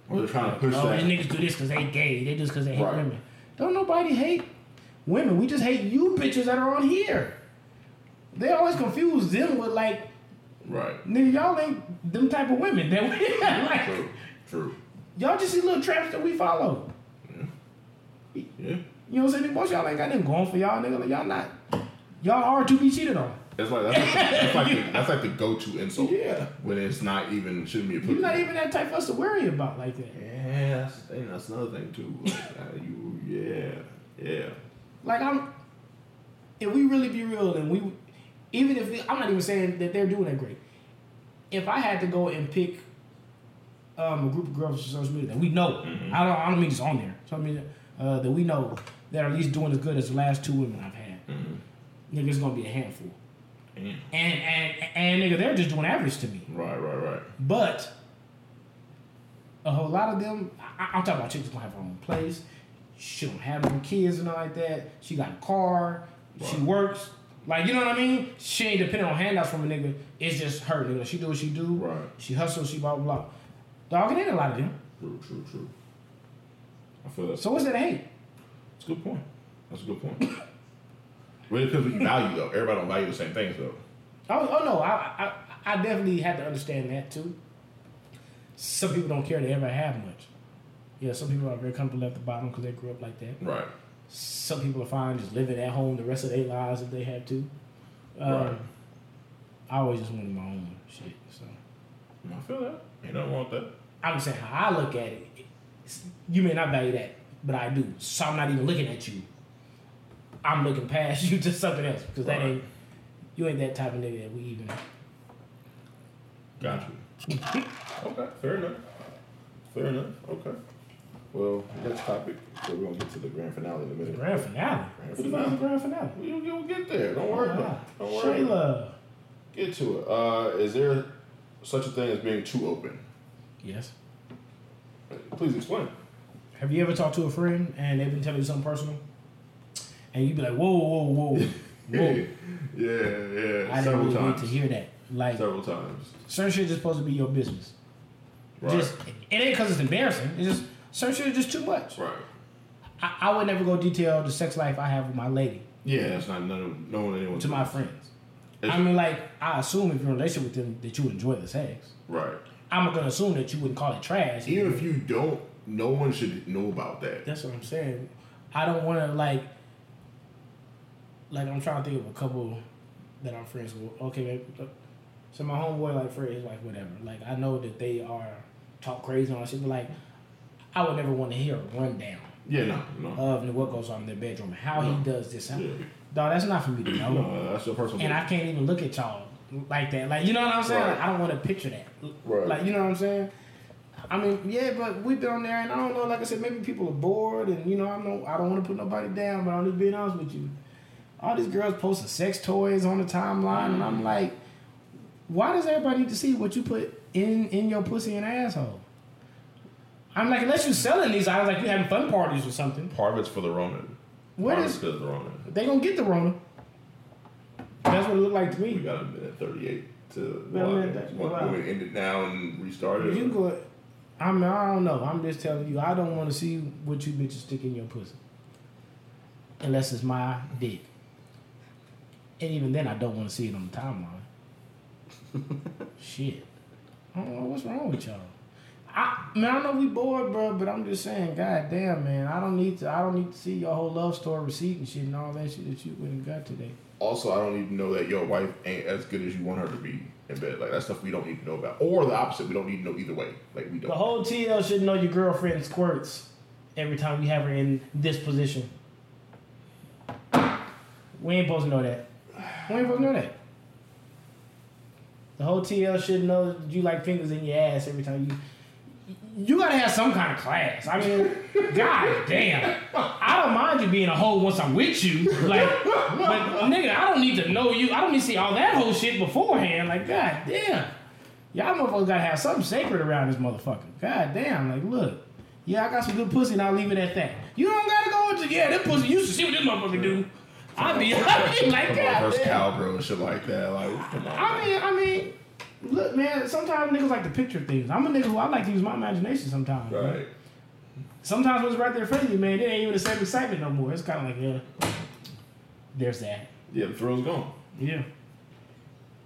S4: Or they're trying to push
S5: Oh,
S4: that.
S5: these niggas do this because they gay. They do this because they hate
S4: Right.
S5: women. Don't nobody hate women. We just hate you bitches that are on here. They always confuse them with like,
S4: Right.
S5: nigga, y'all ain't them type of women that we like.
S4: True. True.
S5: Y'all just these little traps that we follow.
S4: Yeah.
S5: You know what I'm saying? Most y'all ain't got nothing going for y'all, nigga. Like, y'all not. Y'all are to be cheated on.
S4: That's like that's like, that's like, the, that's like the go-to insult.
S5: Yeah.
S4: When it's not even shouldn't be a.
S5: You're not even that type for us to worry about like that.
S4: Yeah, that's the thing. That's another thing too. Like, uh, you, yeah, yeah.
S5: Like I'm, if we really be real, and we, even if we, I'm not even saying that they're doing that great. If I had to go and pick um, a group of girls from social media that we know, I don't, I don't mean just on there. So I mean uh, that we know that are at least doing as good as the last two women I've had. Nigga, it's gonna be a handful.
S4: Damn.
S5: And and and nigga, they're just doing average to me.
S4: Right, right, right.
S5: But a whole lot of them, I, I'm talking about chicks who don't have her own place. She don't have no kids and all like that. She got a car. She
S4: Right.
S5: works. Like, you know what I mean? She ain't dependent on handouts from a nigga. It's just her, nigga. She do what she do.
S4: Right.
S5: She hustle, she blah, blah, blah. Dog, it ain't a lot of them.
S4: True, true, true. I feel that.
S5: So what's that hate?
S4: That's a good point. That's a good point. really, because we value though. Everybody don't value the same things though.
S5: Oh, oh no, I, I, I definitely had to understand that too. Some people don't care they ever have much. Yeah, some people are very comfortable at the bottom because they grew up like that.
S4: Right.
S5: Some people are fine just living at home the rest of their lives if they have to. Um,
S4: Right.
S5: I always just wanted my own shit. So
S4: I feel that. You don't want that.
S5: I'm just saying how I look at it. it's- You may not value that, but I do. So I'm not even looking at you. I'm looking past you to something else because that
S4: Right.
S5: ain't you ain't that type of nigga that we even.
S4: Got you. okay, fair enough. Fair enough. Okay. Well, next topic. So we're gonna get to the grand finale in a minute.
S5: Grand finale.
S4: Grand
S5: What the fuck is
S4: finale.
S5: grand finale?
S4: We will we'll get there. Don't worry. about
S5: Wow.
S4: it. Don't worry. about
S5: Shayla.
S4: it. Get to it. Uh, is there such a thing as being too open?
S5: Yes.
S4: Please explain.
S5: Have you ever talked to a friend and they've been telling you something personal? And you'd be like, whoa, whoa, whoa.
S4: yeah, yeah.
S5: I didn't
S4: Several
S5: really need
S4: times.
S5: to hear that. Like,
S4: Several times.
S5: certain shit is supposed to be your business.
S4: Right.
S5: Just It ain't because it's embarrassing. It's just, certain shit is just too much.
S4: right.
S5: I, I would never go detail the sex life I have with my lady
S4: Yeah, that's not none of no one anyone
S5: to my friends.
S4: It's-
S5: I mean, like, I assume if you're in a relationship with them that you enjoy the sex.
S4: Right.
S5: I'm going to assume that you wouldn't call it trash.
S4: Even if you don't, no one should know about that.
S5: That's what I'm saying. I don't want to like, like I'm trying to think of a couple that I'm friends with. Okay, maybe- so my homeboy like Fred, his wife, whatever. Like I know that they are talk crazy on shit, but like I would never want to hear a rundown
S4: Yeah, no, no.
S5: of what goes on in their bedroom, how
S4: No.
S5: he does this. How,
S4: Yeah.
S5: Dog, that's not for me to know.
S4: no, Uh, that's your personal.
S5: Uh, And I
S4: business.
S5: can't even look at y'all like that. Like you know what I'm saying?
S4: Right.
S5: Like, I don't want to picture that.
S4: Right.
S5: Like you know what I'm saying? I mean, yeah, but we've been on there, and I don't know. Like I said, maybe people are bored, and you know, I don't, I don't want to put nobody down, but I'm just being honest with you. All these girls posting sex toys on the timeline, and I'm like, why does everybody need to see what you put in in your pussy and asshole? I'm like, unless you're selling these items, like you having fun parties or something.
S4: Part of it's for the Roman.
S5: What
S4: Part of it's
S5: is
S4: because of the Roman.
S5: they gonna get the Rona? That's what it looked like to me.
S4: We got a minute thirty-eight to.
S5: Got a
S4: Well,
S5: minute
S4: I
S5: thirty-
S4: mean, want-
S5: wow.
S4: want to end it now and restart it.
S5: You go. I mean, I don't know. I'm just telling you, I don't want to see what you bitches stick in your pussy, unless it's my dick. And even then, I don't want to see it on the timeline. Shit, I don't know what's wrong with y'all. I man, I know we bored, bro, but I'm just saying, god damn, man, I don't need to. I don't need to see your whole love story receipt and shit and all that shit that you went and got today.
S4: Also, I don't even know that your wife ain't as good as you want her to be in bed. Like that's stuff we don't need to know about, or the opposite. We don't need to know either way. Like we
S5: The
S4: don't.
S5: whole TL should know your girlfriend squirts every time you have her in this position. We ain't supposed to know that. We ain't supposed to know that. The whole TL should know that you like fingers in your ass every time you. You gotta have some kind of class. I mean, god damn. I don't mind you being a hoe once I'm with you. Like, but nigga, I don't need to know you. I don't need to see all that whole shit beforehand. Like, god damn. Y'all motherfuckers gotta have something sacred around this motherfucker. God damn, like look. Yeah, I got some good pussy and I'll leave it at that. You don't gotta go into yeah, that pussy you should see what this motherfucker do. I be, I be like
S4: Come on,
S5: God
S4: first
S5: damn.
S4: cowgirl and shit like that. Like come on.
S5: I mean, I mean, look, man, sometimes niggas like to picture things. I'm a nigga who I like to use my imagination sometimes.
S4: man.
S5: man.
S4: right.
S5: Sometimes when it's right there in front of you, man, it ain't even the same excitement no more. It's kinda like, yeah. There's that.
S4: Yeah, the thrill's gone.
S5: Yeah.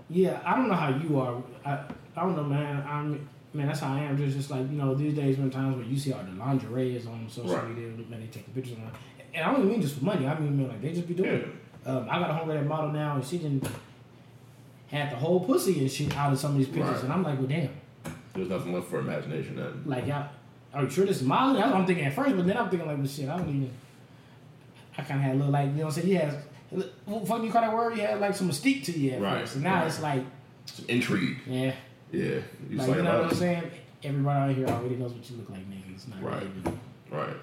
S5: Yeah, I don't know how you are. I, I don't know, man. I'm man. That's how I am. Just just like you know, these days, when times where you see all the lingerie is on social
S4: Right.
S5: media, man, they taking pictures on. And I don't even mean just for money. I mean, man, like they just be doing. It. Um, I got a homegirl that model now, and she didn't had the whole pussy and shit out of some of these pictures,
S4: Right.
S5: and I'm like, well, damn.
S4: There's nothing left for imagination. Then.
S5: Like, y'all, are you sure this is Molly? That's what I'm thinking at first, but then I'm thinking like, well, shit, I don't even. I kind of had a little like, you know what I'm saying? You had, what the fuck you call that word? You had like some mystique to you at
S4: Right,
S5: first, and now
S4: right.
S5: it's like,
S4: Some intrigue.
S5: yeah,
S4: Yeah. You
S5: like,
S4: like
S5: you know
S4: that.
S5: what I'm saying? Everybody out here already knows what you look like, nigga. It's not
S4: Right.
S5: really
S4: Right.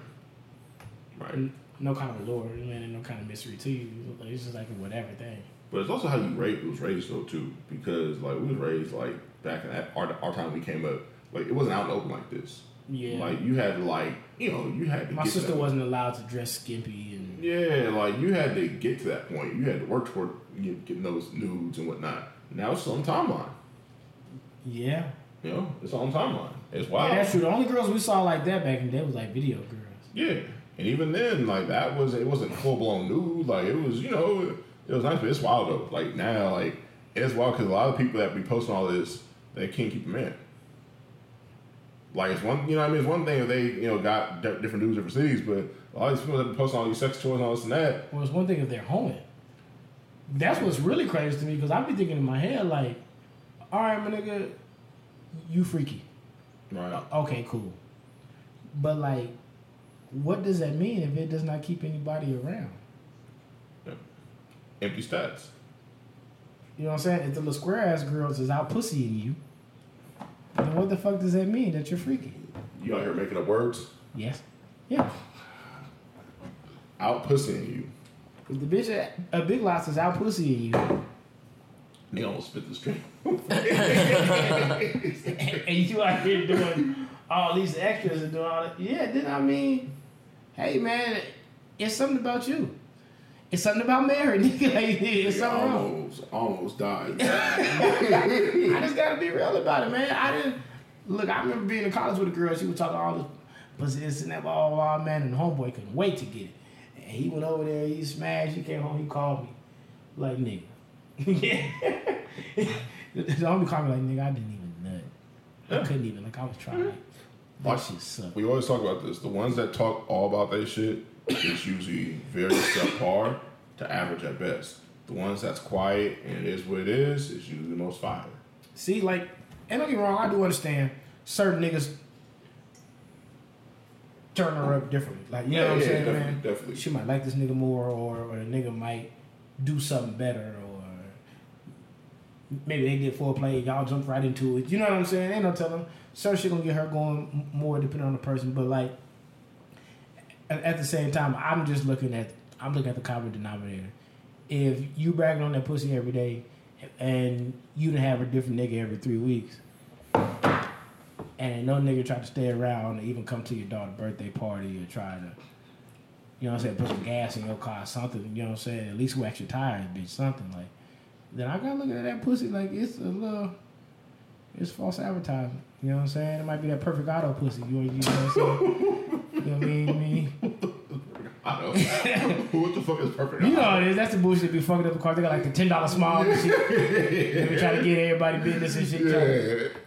S4: Right.
S5: n- no kind of lore, man, and no kind of mystery to you. It's just like a whatever thing.
S4: But it's also how you raised, was raised though too, because like we was raised like back in that, our, our time we came up, like it wasn't out in the open like this.
S5: Yeah,
S4: Like you had to like you know you had to.
S5: my
S4: get
S5: sister
S4: that.
S5: wasn't allowed to dress skimpy and
S4: Yeah, like you had to get to that point. You had to work toward get- getting those nudes and whatnot. Now it's on timeline.
S5: Yeah.
S4: You know, it's on timeline. It's
S5: Yeah,
S4: wild.
S5: that's true. The only girls we saw like that back in the day was like video girls.
S4: Yeah, and even then, like that was it wasn't full blown nude. Like it was, you know, it was nice, but it's wild though. Like now, like it's wild because a lot of people that be posting all this, they can't keep them in. Like it's one, you know, what I mean, it's one thing if they, you know, got di- different dudes, different cities, but a lot of these people that be posting all these sex toys and all this and that.
S5: Well, it's one thing if they're homing. That's what's really crazy to me because I be thinking in my head like, all right, my nigga, you freaky.
S4: Right.
S5: Okay, cool. But like, what does that mean if it does not keep anybody around?
S4: Empty stats.
S5: You know what I'm saying? If the little square ass girls is out pussying you, then what the fuck does that mean that you're freaky?
S4: You out here making up words,
S5: Yes. Yeah.
S4: out pussying you.
S5: If the bitch at a big lots is out pussying you,
S4: They almost spit the stream.
S5: and you out here doing all these extras and doing all that. Yeah, then I mean, hey man, it's something about you. It's something about Mary, nigga. Like, it's something wrong.
S4: almost, almost died.
S5: I just gotta be real about it, man. I didn't look. I remember being in college with a girl. She was talking all this pussy this and that, blah blah blah, man. And the homeboy couldn't wait to get it. And he went over there. He smashed. He came home. He called me, like nigga. yeah. the the homie called me like nigga. I didn't even nut. I couldn't even like I was trying. That shit sucked.
S4: We always talk about this. The ones that talk all about their shit, it's usually very subpar to average at best. The ones that's quiet and it is what it is, is usually the most fire.
S5: See, like, and don't get me wrong. I do understand certain niggas turn her up differently. Like, you know what I'm saying,
S4: definitely,
S5: man.
S4: definitely.
S5: she might like this nigga more, or or the nigga might do something better, or maybe they did foreplay, y'all jump right into it. You know what I'm saying? Ain't no telling. Certain shit gonna get her going m- more depending on the person, but like at, at the same time, I'm just looking at I'm looking at the common denominator. If you bragging on that pussy every day, and you didn't have a different nigga every three weeks. And ain't no nigga try to stay around or even come to your daughter's birthday party or try to you know what I'm saying, put some gas in your car, something, you know what I'm saying, at least wax your tires, bitch, something like. Then I gotta look at that pussy like it's a little, it's false advertising. You know what I'm saying? It might be that perfect auto pussy. You, you know what I'm saying? you know what I mean? Me.
S4: I don't know. what the fuck is perfect?
S5: You know how it is. That's the bullshit. Be fucking up the car. They got like the ten dollar smile and shit. They be trying to get everybody business and shit. Trying, to-
S4: yeah.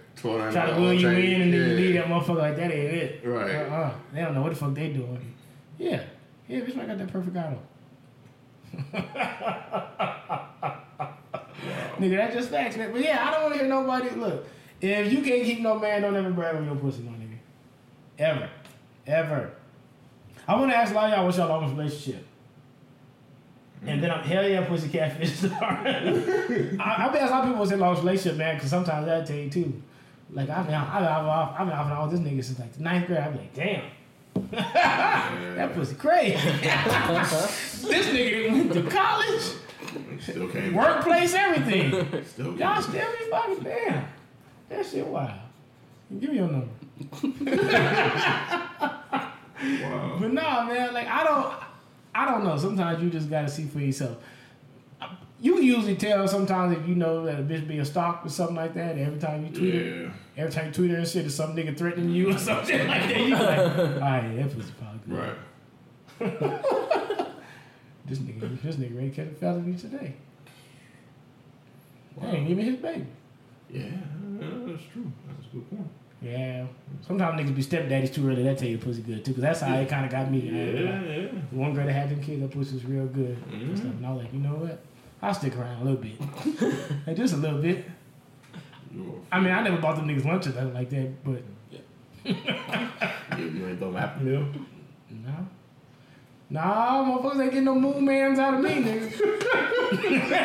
S4: $29
S5: trying to wheel you
S4: change.
S5: in and then you leave
S4: yeah.
S5: that motherfucker like that ain't it.
S4: Right.
S5: Uh-uh. They don't know what the fuck they doing. Yeah. Yeah, bitch, I got that perfect auto. Nigga, that's just facts, man. But yeah, I don't want to hear nobody. Look, if you can't keep no man, don't ever brag on your pussy, no nigga. Ever. Ever. I want to ask a lot of y'all what's y'all longest relationship. And then I'm, hell yeah, pussy catfish. I, I've been asking a lot of people what's their longest relationship, man, because sometimes that'll tell you too. Like, I've been, I've been, I've been, I've been off and on with this nigga since like the ninth grade. i be like, damn. That pussy crazy. this nigga went to college,
S4: Still can't.
S5: workplace, everything.
S4: Still
S5: Y'all
S4: can't.
S5: still be fucking damn. That shit wild. Give me your number.
S4: Wow.
S5: But nah, man, like I don't, I don't know. Sometimes you just gotta see for yourself. You can usually tell sometimes if you know that a bitch being stalked or something like that. Every time you tweet her,
S4: Yeah.
S5: every time you tweet her and shit, is some nigga threatening you or something like that. You like, all right, that pussy probably good.
S4: Right.
S5: This nigga, this nigga ready to catch a felony today. That ain't even his baby.
S4: Yeah, that's true. That's a good point.
S5: Yeah. Sometimes niggas be stepdaddies too early. That tell you pussy good too, 'cause that's how it kind of got me.
S4: Yeah, Mm-hmm. yeah.
S5: The one girl that had them kids, that pussy was real good. And, stuff. and I was like, you know what? I'll stick around a little bit. like, just a little bit.
S4: You
S5: I mean, I never bought them niggas lunch or nothing like that, but
S4: a- you- you ain't throw my apple meal?
S5: no. Nah, motherfuckers ain't getting no moon mans out of me, niggas.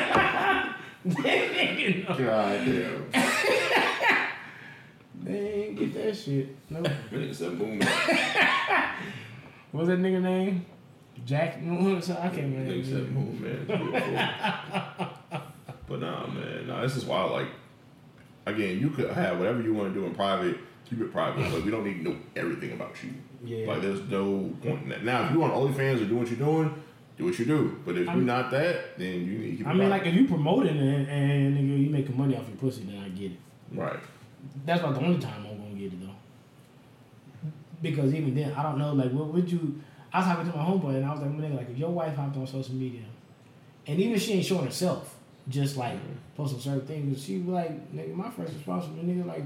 S4: God damn.
S5: They ain't get that shit. No.
S4: It's that movement.
S5: What's that nigga name? Jack Moon or something? I can't remember.
S4: Niggas that move, man. It's beautiful. but nah, man, nah, this is why. Like, again, you could have whatever you want to do in private. Keep it private. Like, we don't need to know everything about you.
S5: Yeah.
S4: Like, there's no point in that. Now, if you on OnlyFans or doing what you're doing, Do what you do. But if you're not that, then you need to keep
S5: I
S4: it
S5: mean,
S4: light.
S5: like if you promoting and, and nigga, you making money off your pussy, then I get it.
S4: right.
S5: That's about the only time I'm gonna get it though. Because even then, I don't know. Like, what would you? I was talking to my homeboy, and I was like, nigga, like if your wife hopped on social media, and even if she ain't showing herself, just like posting certain things, she be like, nigga, my first response was nigga, like,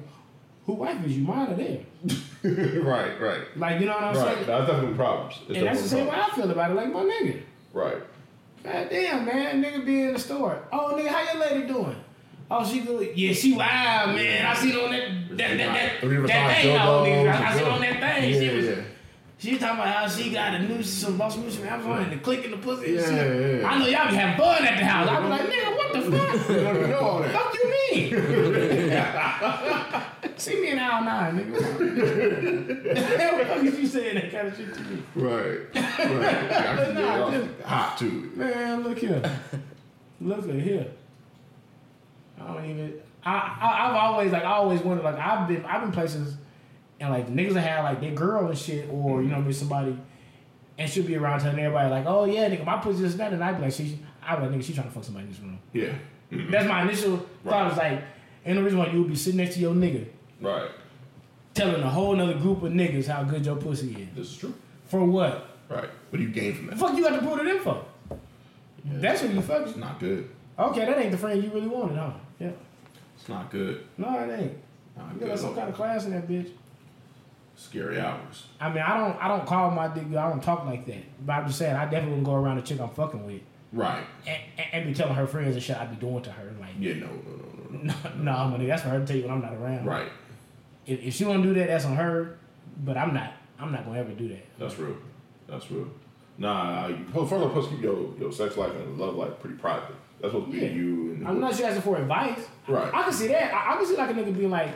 S5: who wife is you, mine or theirs?
S4: right, right,
S5: Like, you know what I'm
S4: right.
S5: saying?
S4: That's definitely problems. It's
S5: and that's the same
S4: definitely
S5: way I feel about it. Like, my nigga.
S4: problems. Right.
S5: God damn, man. Nigga be in the store. Oh, nigga, how your lady doing? Oh, she good. Yeah, she wild, man. I seen on that that that,
S4: Three
S5: that,
S4: different
S5: that
S4: times,
S5: thing,
S4: dildos,
S5: though, nigga. I, I seen on that thing.
S4: Yeah,
S5: she was
S4: yeah.
S5: she talking about how she got a new some boss moves from Amazon and the click in the pussy. and
S4: Yeah,
S5: shit.
S4: yeah, yeah.
S5: I know y'all be having fun at the house. I was like, nigga, what the
S4: You
S5: fuck?
S4: don't even know all that.
S5: fuck you mean? See me in aisle nine, nigga. what the fuck is you saying that kind of shit to me?
S4: Right. right. Yeah, I can
S5: Nah,
S4: get off
S5: just-
S4: hot too.
S5: Man, look here. look at here. I don't even. I, I I've always like I always wondered like I've been I've been places and like niggas that had like their girl and shit or you know with somebody and she'll be around telling everybody like oh yeah nigga my pussy is that and I'd be like she I be like nigga she trying to fuck somebody in this room.
S4: Yeah. Mm-hmm.
S5: That's my initial thought. Was like and the reason why you would be sitting next to your nigga
S4: Right.
S5: telling a whole nother group of niggas how good your pussy is
S4: This is true.
S5: for what?
S4: Right. What do you gain from
S5: The
S4: that?
S5: fuck you got to prove to them for? That's what you fuck.
S4: It's not good.
S5: Okay, that ain't the friend you really wanted, huh? Yeah.
S4: It's not good.
S5: No, it ain't.
S4: Not
S5: You
S4: good.
S5: got some kind of class in that bitch.
S4: Scary hours.
S5: I mean, I don't, I don't call my dick. good. I don't talk like that. But I'm just saying, I definitely wouldn't go around the chick I'm fucking with
S4: Right.
S5: and, and, and be telling her friends and shit I be doing to her. Like,
S4: Yeah. No. No. No. No. no.
S5: no, no, I'm gonna, that's for her to tell you when I'm not around.
S4: Right.
S5: If, if she wanna do that, that's on her. But I'm not, I'm not gonna ever do that.
S4: That's real. That's real. Nah. You, first of all, supposed to keep your your sex life and love life pretty private. That's supposed to be
S5: Yeah.
S4: you and
S5: I'm not you asking for advice.
S4: Right.
S5: I, I can see that. I, I can see like a nigga being like,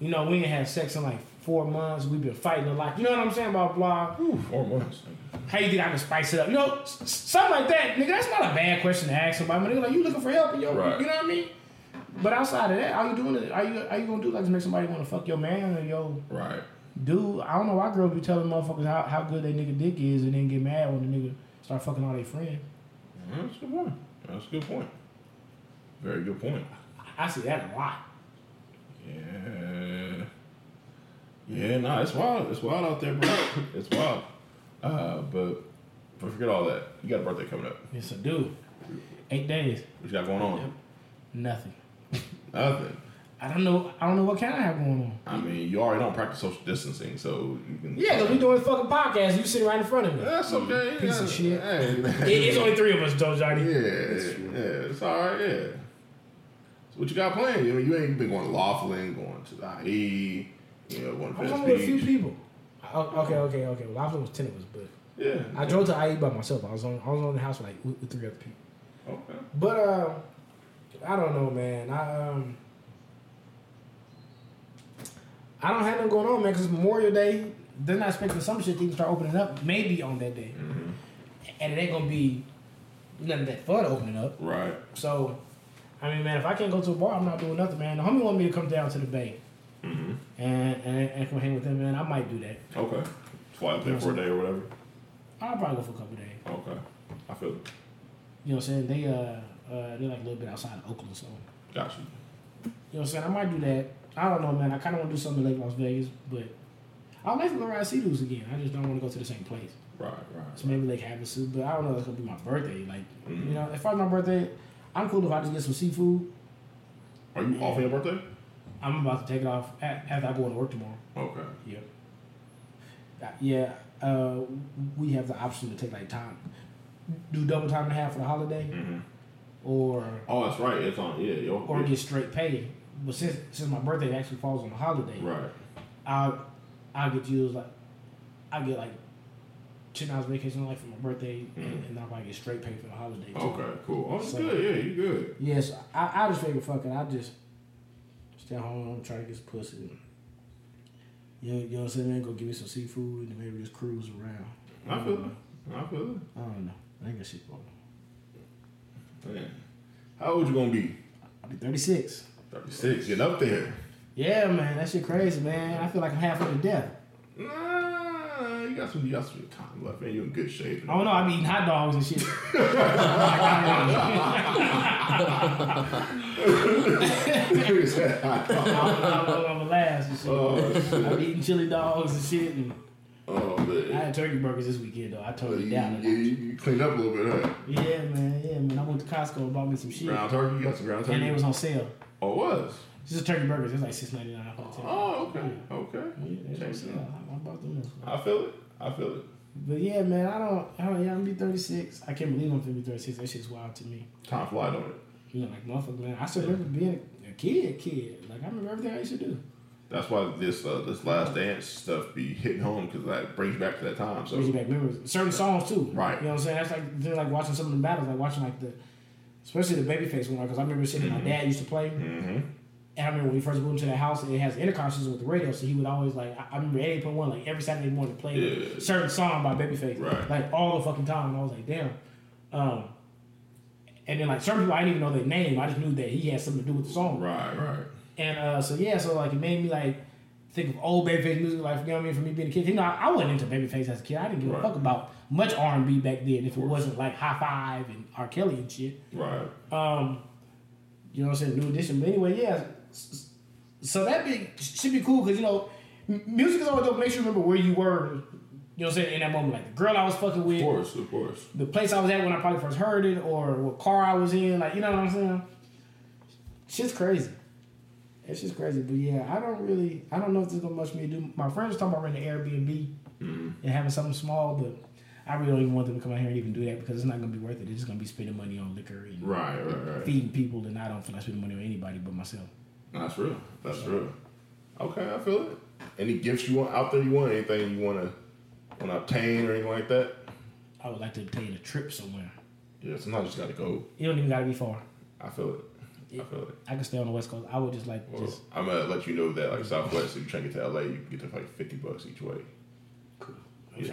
S5: you know, we ain't had sex in like four months. We've been fighting a lot. You know what I'm saying about blah.
S4: Ooh, four months.
S5: How you think I can spice it up? You know, s- s- something like that, nigga. That's not a bad question to ask somebody. But nigga, like you looking for help, and yo,
S4: Right.
S5: you know what I mean. But outside of that, all you doing is are you are you gonna do like to make somebody want to fuck your man or yo
S4: Right.
S5: dude? I don't know why girls be telling motherfuckers how, how good that nigga dick is and then get mad when the nigga start fucking all their friends.
S4: Yeah, That's a good point. That's a good point. Very good point.
S5: I see that a lot.
S4: Yeah. Yeah, nah, it's wild. It's wild out there, bro. it's wild. Uh, but but forget all that. You got a birthday coming up.
S5: It's a dude. Eight days,
S4: What you got going on?
S5: nothing.
S4: Nothing.
S5: I don't know. I don't know what kind I have going on.
S4: I mean, you already don't practice social distancing, so you can.
S5: Yeah, cause we doing fucking podcast. You sitting right in front of me.
S4: That's okay.
S5: Piece
S4: yeah.
S5: of shit.
S4: Hey.
S5: It- it's only three of us, though, Johnny.
S4: yeah, yeah, it's all right. Yeah. So what you got planned? I mean, you ain't been going to Laughlin, going to the IE, you know, going to
S5: I'm
S4: Venice
S5: only with a few
S4: Beach.
S5: people. O- Okay, okay, okay. Well, Laughlin was ten of us, but
S4: yeah.
S5: I drove to IE by myself. I was on I was on the house with like with, with three other people.
S4: Okay.
S5: But uh, I don't know, man. I um, I don't have nothing going on, man. Because Memorial Day, they're not expecting some shit to even start opening up. Maybe on that day, and it ain't gonna be nothing that fun opening up.
S4: Right.
S5: So, I mean, man, if I can't go to a bar, I'm not doing nothing, man. The homie wanted me to come down to the bay. And, and and come hang with him, man. I might do that.
S4: Okay. Fly up there for a day or whatever.
S5: I'll probably go for a couple days.
S4: Okay. I feel it.
S5: You know what I'm saying? They uh, uh they're like a little bit outside of Oakland, so
S4: Got you.
S5: you know what I'm saying? I might do that. I don't know, man. I kind of want to do something in Lake Las Vegas, but I would like to go ride sea dudes again. I just don't want to go to the same place.
S4: Right, right.
S5: So maybe Lake Havasu, but I don't know. That's gonna be my birthday. Like you know, if it's my birthday, I'm cool if I just get some seafood.
S4: Are you off on your birthday?
S5: I'm about to take it off a- after I go into work tomorrow.
S4: Okay.
S5: Yep. Yeah, uh, we have the option to take like time, do double time and a half for the holiday, or
S4: Oh, that's right. It's on. Yeah, yo.
S5: or
S4: yeah.
S5: get straight pay. But since since my birthday actually falls on a holiday,
S4: Right.
S5: I'll I'll get used like I get like ten hours vacation like for my birthday, and, and then I'll probably get straight pay for the holiday. too.
S4: Mm-hmm. Okay. Cool. Oh, that's
S5: So-
S4: good. Yeah, you good.
S5: Yes, I I just figure fucking I just stay home, try to get some pussy. You know, you know what I'm saying? man? Go give me some seafood and then maybe just cruise around.
S4: I feel it. I feel
S5: I don't know. I ain't got shit going. on.
S4: it. Man. How old you gonna be?
S5: I'll be 36.
S4: Thirty six. Getting up there.
S5: Yeah, man, that shit crazy, man. I feel like I'm halfway to death.
S4: Nah. nah, you got some, you got some time left, man. You're in good shape.
S5: I don't know. Oh, I be eating hot dogs and shit. I'm, I'm, I'm last and shit.
S4: oh,
S5: I
S4: shit.
S5: be eating chili dogs and shit. And
S4: oh
S5: I
S4: man.
S5: had turkey burgers this weekend though. I
S4: You,
S5: totally
S4: you,
S5: down.
S4: you, you cleaned up a little bit, huh?
S5: Yeah, man. Yeah, man. I went to Costco and bought me some shit,
S4: Ground turkey, you got some ground turkey.
S5: and it was on sale.
S4: oh, it was.
S5: It's just turkey burgers. It's like six ninety nine. Oh,
S4: Oh, okay, okay.
S5: yeah,
S4: Check
S5: it's
S4: it
S5: on sale.
S4: out.
S5: I, I bought them. This.
S4: I feel it. I feel it.
S5: But yeah, man, I don't, I don't, yeah, I'm gonna be 36. I can't believe I'm gonna be 36. That shit's wild to me.
S4: Time flies on it.
S5: You know, like, motherfucker, man, I still remember being a kid, kid. Like, I remember everything I used to do.
S4: That's why this uh, this last dance stuff be hitting home because that brings you back to that time. So
S5: Brings you back memories. Certain songs, too.
S4: Right.
S5: You know what I'm saying? That's like, they're like watching some of the battles, like watching, like, the, especially the Babyface one, because I remember shit that
S4: Mm-hmm.
S5: my dad used to play. And I remember when we first moved into that house, and it has intercom system with the radio, so he would always, like, I, I remember at 8.1, like, every Saturday morning, play
S4: Yeah.
S5: a certain song by Babyface.
S4: Right.
S5: Like, all the fucking time. And I was like, damn. Um, and then, like, certain people, I didn't even know their name. I just knew that he had something to do with the song.
S4: right, right.
S5: And uh, so yeah, so like it made me like think of old babyface music, like you know what I mean, for me being a kid. You know, I, I wasn't into babyface as a kid. I didn't give
S4: Right.
S5: a fuck about much R and B back then if it wasn't like High Five and R. Kelly and shit.
S4: Right.
S5: Um, you know what I'm saying, New Edition. But anyway, yeah. s- s- So that be, should be cool because you know, m- music is always dope. Makes you remember where you were. You know what I'm saying in that moment, like the girl I was fucking with
S4: Of course, of course.
S5: the place I was at when I probably first heard it or what car I was in. Like, you know what I'm saying? Shit's crazy. It's just crazy. But yeah, I don't really, I don't know if there's gonna much me to do. My friends talking about renting Airbnb
S4: Mm-hmm.
S5: and having something small, but I really don't even want them to come out here and even do that because it's not gonna be worth it. It's just gonna be spending money on liquor and
S4: Right, right, right.
S5: feeding people, and I don't feel like spending money on anybody but myself.
S4: That's real. That's real. Okay, I feel it. Any gifts you want out there? You want anything you want to want to obtain or anything like that?
S5: I would like to obtain a trip somewhere.
S4: Yeah, sometimes you just gotta go.
S5: It don't even gotta be far.
S4: I feel it. I feel it.
S5: I could stay on the West Coast. I would just like
S4: Well,
S5: just
S4: I'm gonna let you know that like Southwest, if you try to get to LA, you can get to like fifty bucks each way.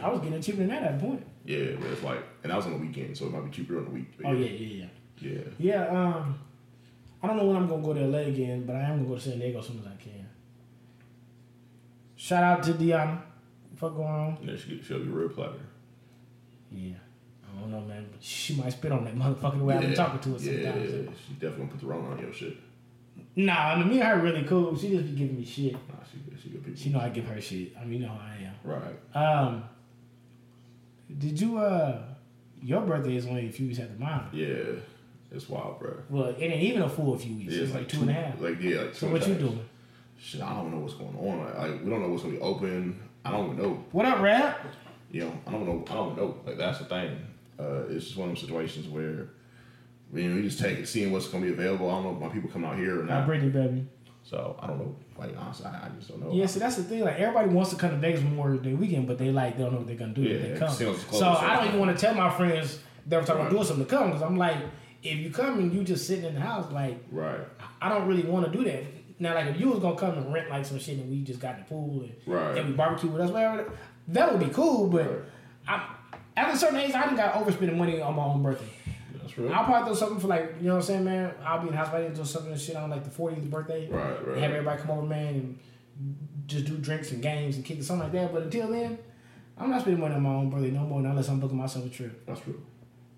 S5: I was getting it cheaper than that at a point.
S4: Yeah, but it's like, and I was on the weekend, so it might be cheaper on the week. but
S5: Oh yeah, yeah, yeah.
S4: yeah,
S5: Yeah, um, I don't know when I'm gonna go to LA again, but I am gonna go to San Diego as soon as I can. Shout out to Deanna. Fuck going on.
S4: And then she she'll be real platter.
S5: Yeah. I don't know, man, but she might spit on that motherfucking way I've been
S4: Yeah,
S5: talking to her
S4: yeah,
S5: sometimes.
S4: she definitely gonna put the wrong on your shit.
S5: Nah, I mean, me and her really cool. She just be giving me shit.
S4: Nah, she good. She good people.
S5: She know I give her shit. I mean, you know how I am.
S4: right.
S5: Um, did you uh, your birthday is only a few weeks after mine.
S4: Yeah, it's wild, bro.
S5: Well, it ain't even a full few weeks.
S4: Yeah,
S5: it's like two and a half.
S4: Like yeah, like
S5: so what you
S4: sometimes.
S5: doing?
S4: Shit, I don't know what's going on. Like, like, we don't know what's gonna be open. I don't even know.
S5: What up, rap?
S4: You know, I don't know. I don't know. Like that's the thing. Uh, it's just one of those situations where you know, we just take it, seeing what's gonna be available. I don't know if my people come out here or
S5: Hi,
S4: not.
S5: Brittany, baby.
S4: So I don't know. Like honestly, I, I just don't know.
S5: Yeah, see, that's the thing. Like everybody wants to come to Vegas Memorial Day weekend, but they like they don't know what they're gonna do if
S4: Yeah,
S5: they come.
S4: casinos closed,
S5: So
S4: so-
S5: I don't even want to tell my friends that we're talking
S4: Right.
S5: about doing something to come because I'm like, if you come and you just sitting in the house, like
S4: Right.
S5: I don't really want to do that. Now, like if you was gonna come and rent like some shit and we just got in the pool and,
S4: Right.
S5: and we barbecue with us, whatever, that would be cool. But
S4: Right.
S5: I, after a certain age, I didn't got overspending money on my own birthday.
S4: That's real.
S5: I'll probably throw something for like, you know what I'm saying, man. I'll be in the house party and do something and shit on like the 40th birthday.
S4: Right, right.
S5: Have everybody come over, man, and just do drinks and games and kick it, something like that. But until then, I'm not spending money on my own birthday no more unless I'm booking myself a trip.
S4: That's real.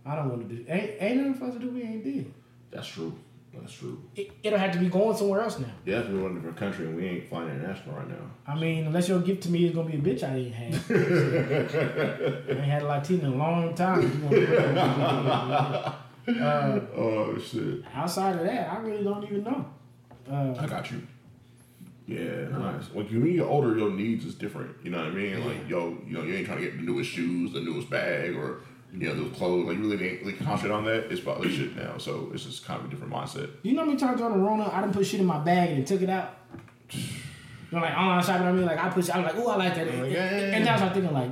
S5: I don't want to do ain't ain't nothing for us to do. We ain't did.
S4: That's true. That's true.
S5: It, it'll have to be going somewhere else now.
S4: Yeah, we're in a different country and we ain't flying international right now.
S5: I mean, unless your gift to me is gonna be a bitch I ain't had. I ain't had a Latina in a long time.
S4: Oh shit!
S5: Outside of that, I really don't even know.
S4: I got you. Yeah, nice. Like you mean you're older, your needs is different. You know what I mean? Like yo, you know, you ain't trying to get the newest shoes, the newest bag, or you know, those clothes. Like you really ain't really concentrate on that. It's about this shit now. So it's just kind of a different mindset.
S5: You know me times on the Rona, I done put shit in my bag and took it out. You know, like online shopping, I mean, like I push, I'm like, oh, I like that. And,
S4: yeah, yeah,
S5: and now I start thinking, like,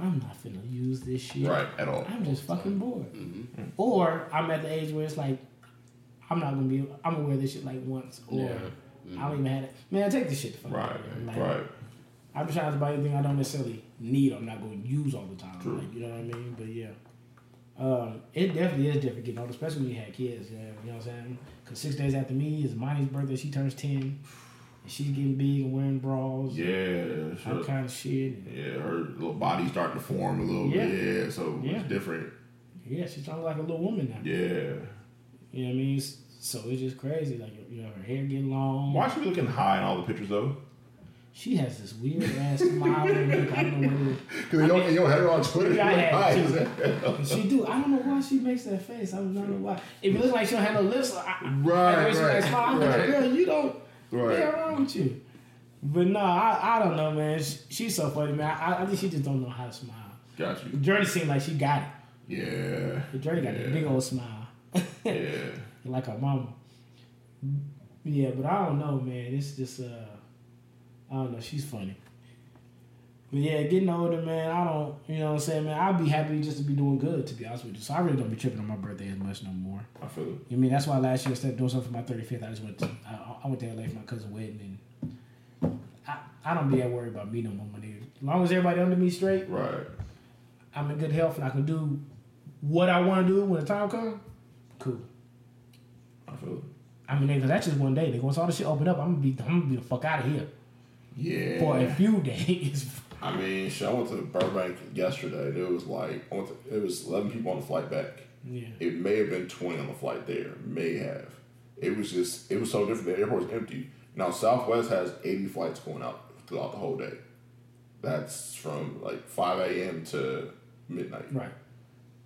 S5: I'm not finna use this shit.
S4: Right Mm-hmm. at all.
S5: I'm just fucking bored. Or I'm at the age where it's like, I'm not gonna be, I'm gonna wear this shit like once, or I don't even have it. Man, take this shit the fuck out
S4: Right,
S5: of here. Like,
S4: right.
S5: I'm trying to buy anything I don't necessarily need. I'm not going to use all the time.
S4: True.
S5: Like, you know what I mean? But yeah, um, it definitely is different getting older, especially when you had kids. Yeah, you know what I'm saying? Because six days after me is Monty's birthday. She turns ten, And she's getting big and wearing bras.
S4: Yeah,
S5: All
S4: sure.
S5: kind of shit. And
S4: yeah, her little body starting to form a little
S5: Yeah.
S4: bit. Yeah, so
S5: Yeah.
S4: it's different.
S5: yeah, she's trying to like a little woman now.
S4: Yeah.
S5: You know what I mean? It's- So it's just crazy. Like you know, her hair getting long.
S4: Why is she looking high in all the pictures though?
S5: She has this weird ass smile. look. I don't know what it is.
S4: Because you don't, you don't have her on Twitter.
S5: Yeah, I
S4: You're
S5: had
S4: like, "Hi."
S5: And She do. I don't know why she makes that face. I don't know why. If it looks like she don't have no lips, I, I-
S4: Right,
S5: like, when she
S4: right,
S5: like smile, I'm
S4: right.
S5: like, girl, you don't.
S4: Right.
S5: Right. What's wrong with you? But no, I, I don't know, man. She, she's so funny, man. I, I think she just don't know how to smile.
S4: Got you.
S5: Journey seemed like she got it.
S4: Yeah.
S5: Journey got a big old smile,
S4: Yeah.
S5: like her mama. Yeah, but I don't know, man. It's just uh, I don't know. She's funny. But yeah, getting older, man. I don't, you know what I'm saying, man. I'd be happy just to be doing good, to be honest with you. So I really don't be tripping on my birthday as much no more.
S4: I feel it.
S5: I mean, that's why last year instead of doing something for my 35th, I just went to I, I went to LA for my cousin's wedding, and I, I don't be that worried about me no more, my nigga. As long as everybody under me straight,
S4: Right.
S5: I'm in good health, and I can do what I want to do when the time comes. Cool.
S4: I feel it.
S5: I mean, because that's just one day. Nigga, once all this shit open up, I'm gonna be I'm gonna be the fuck out of here
S4: Yeah.
S5: for a few days.
S4: I mean, shit, I went to Burbank yesterday. and It was like, I went to, it was 11 people on the flight back.
S5: yeah.
S4: It may have been 20 on the flight there. May have. It was just, it was so different. The airport was empty. Now, Southwest has 80 flights going out throughout the whole day. That's from like 5 a.m. to midnight.
S5: Right.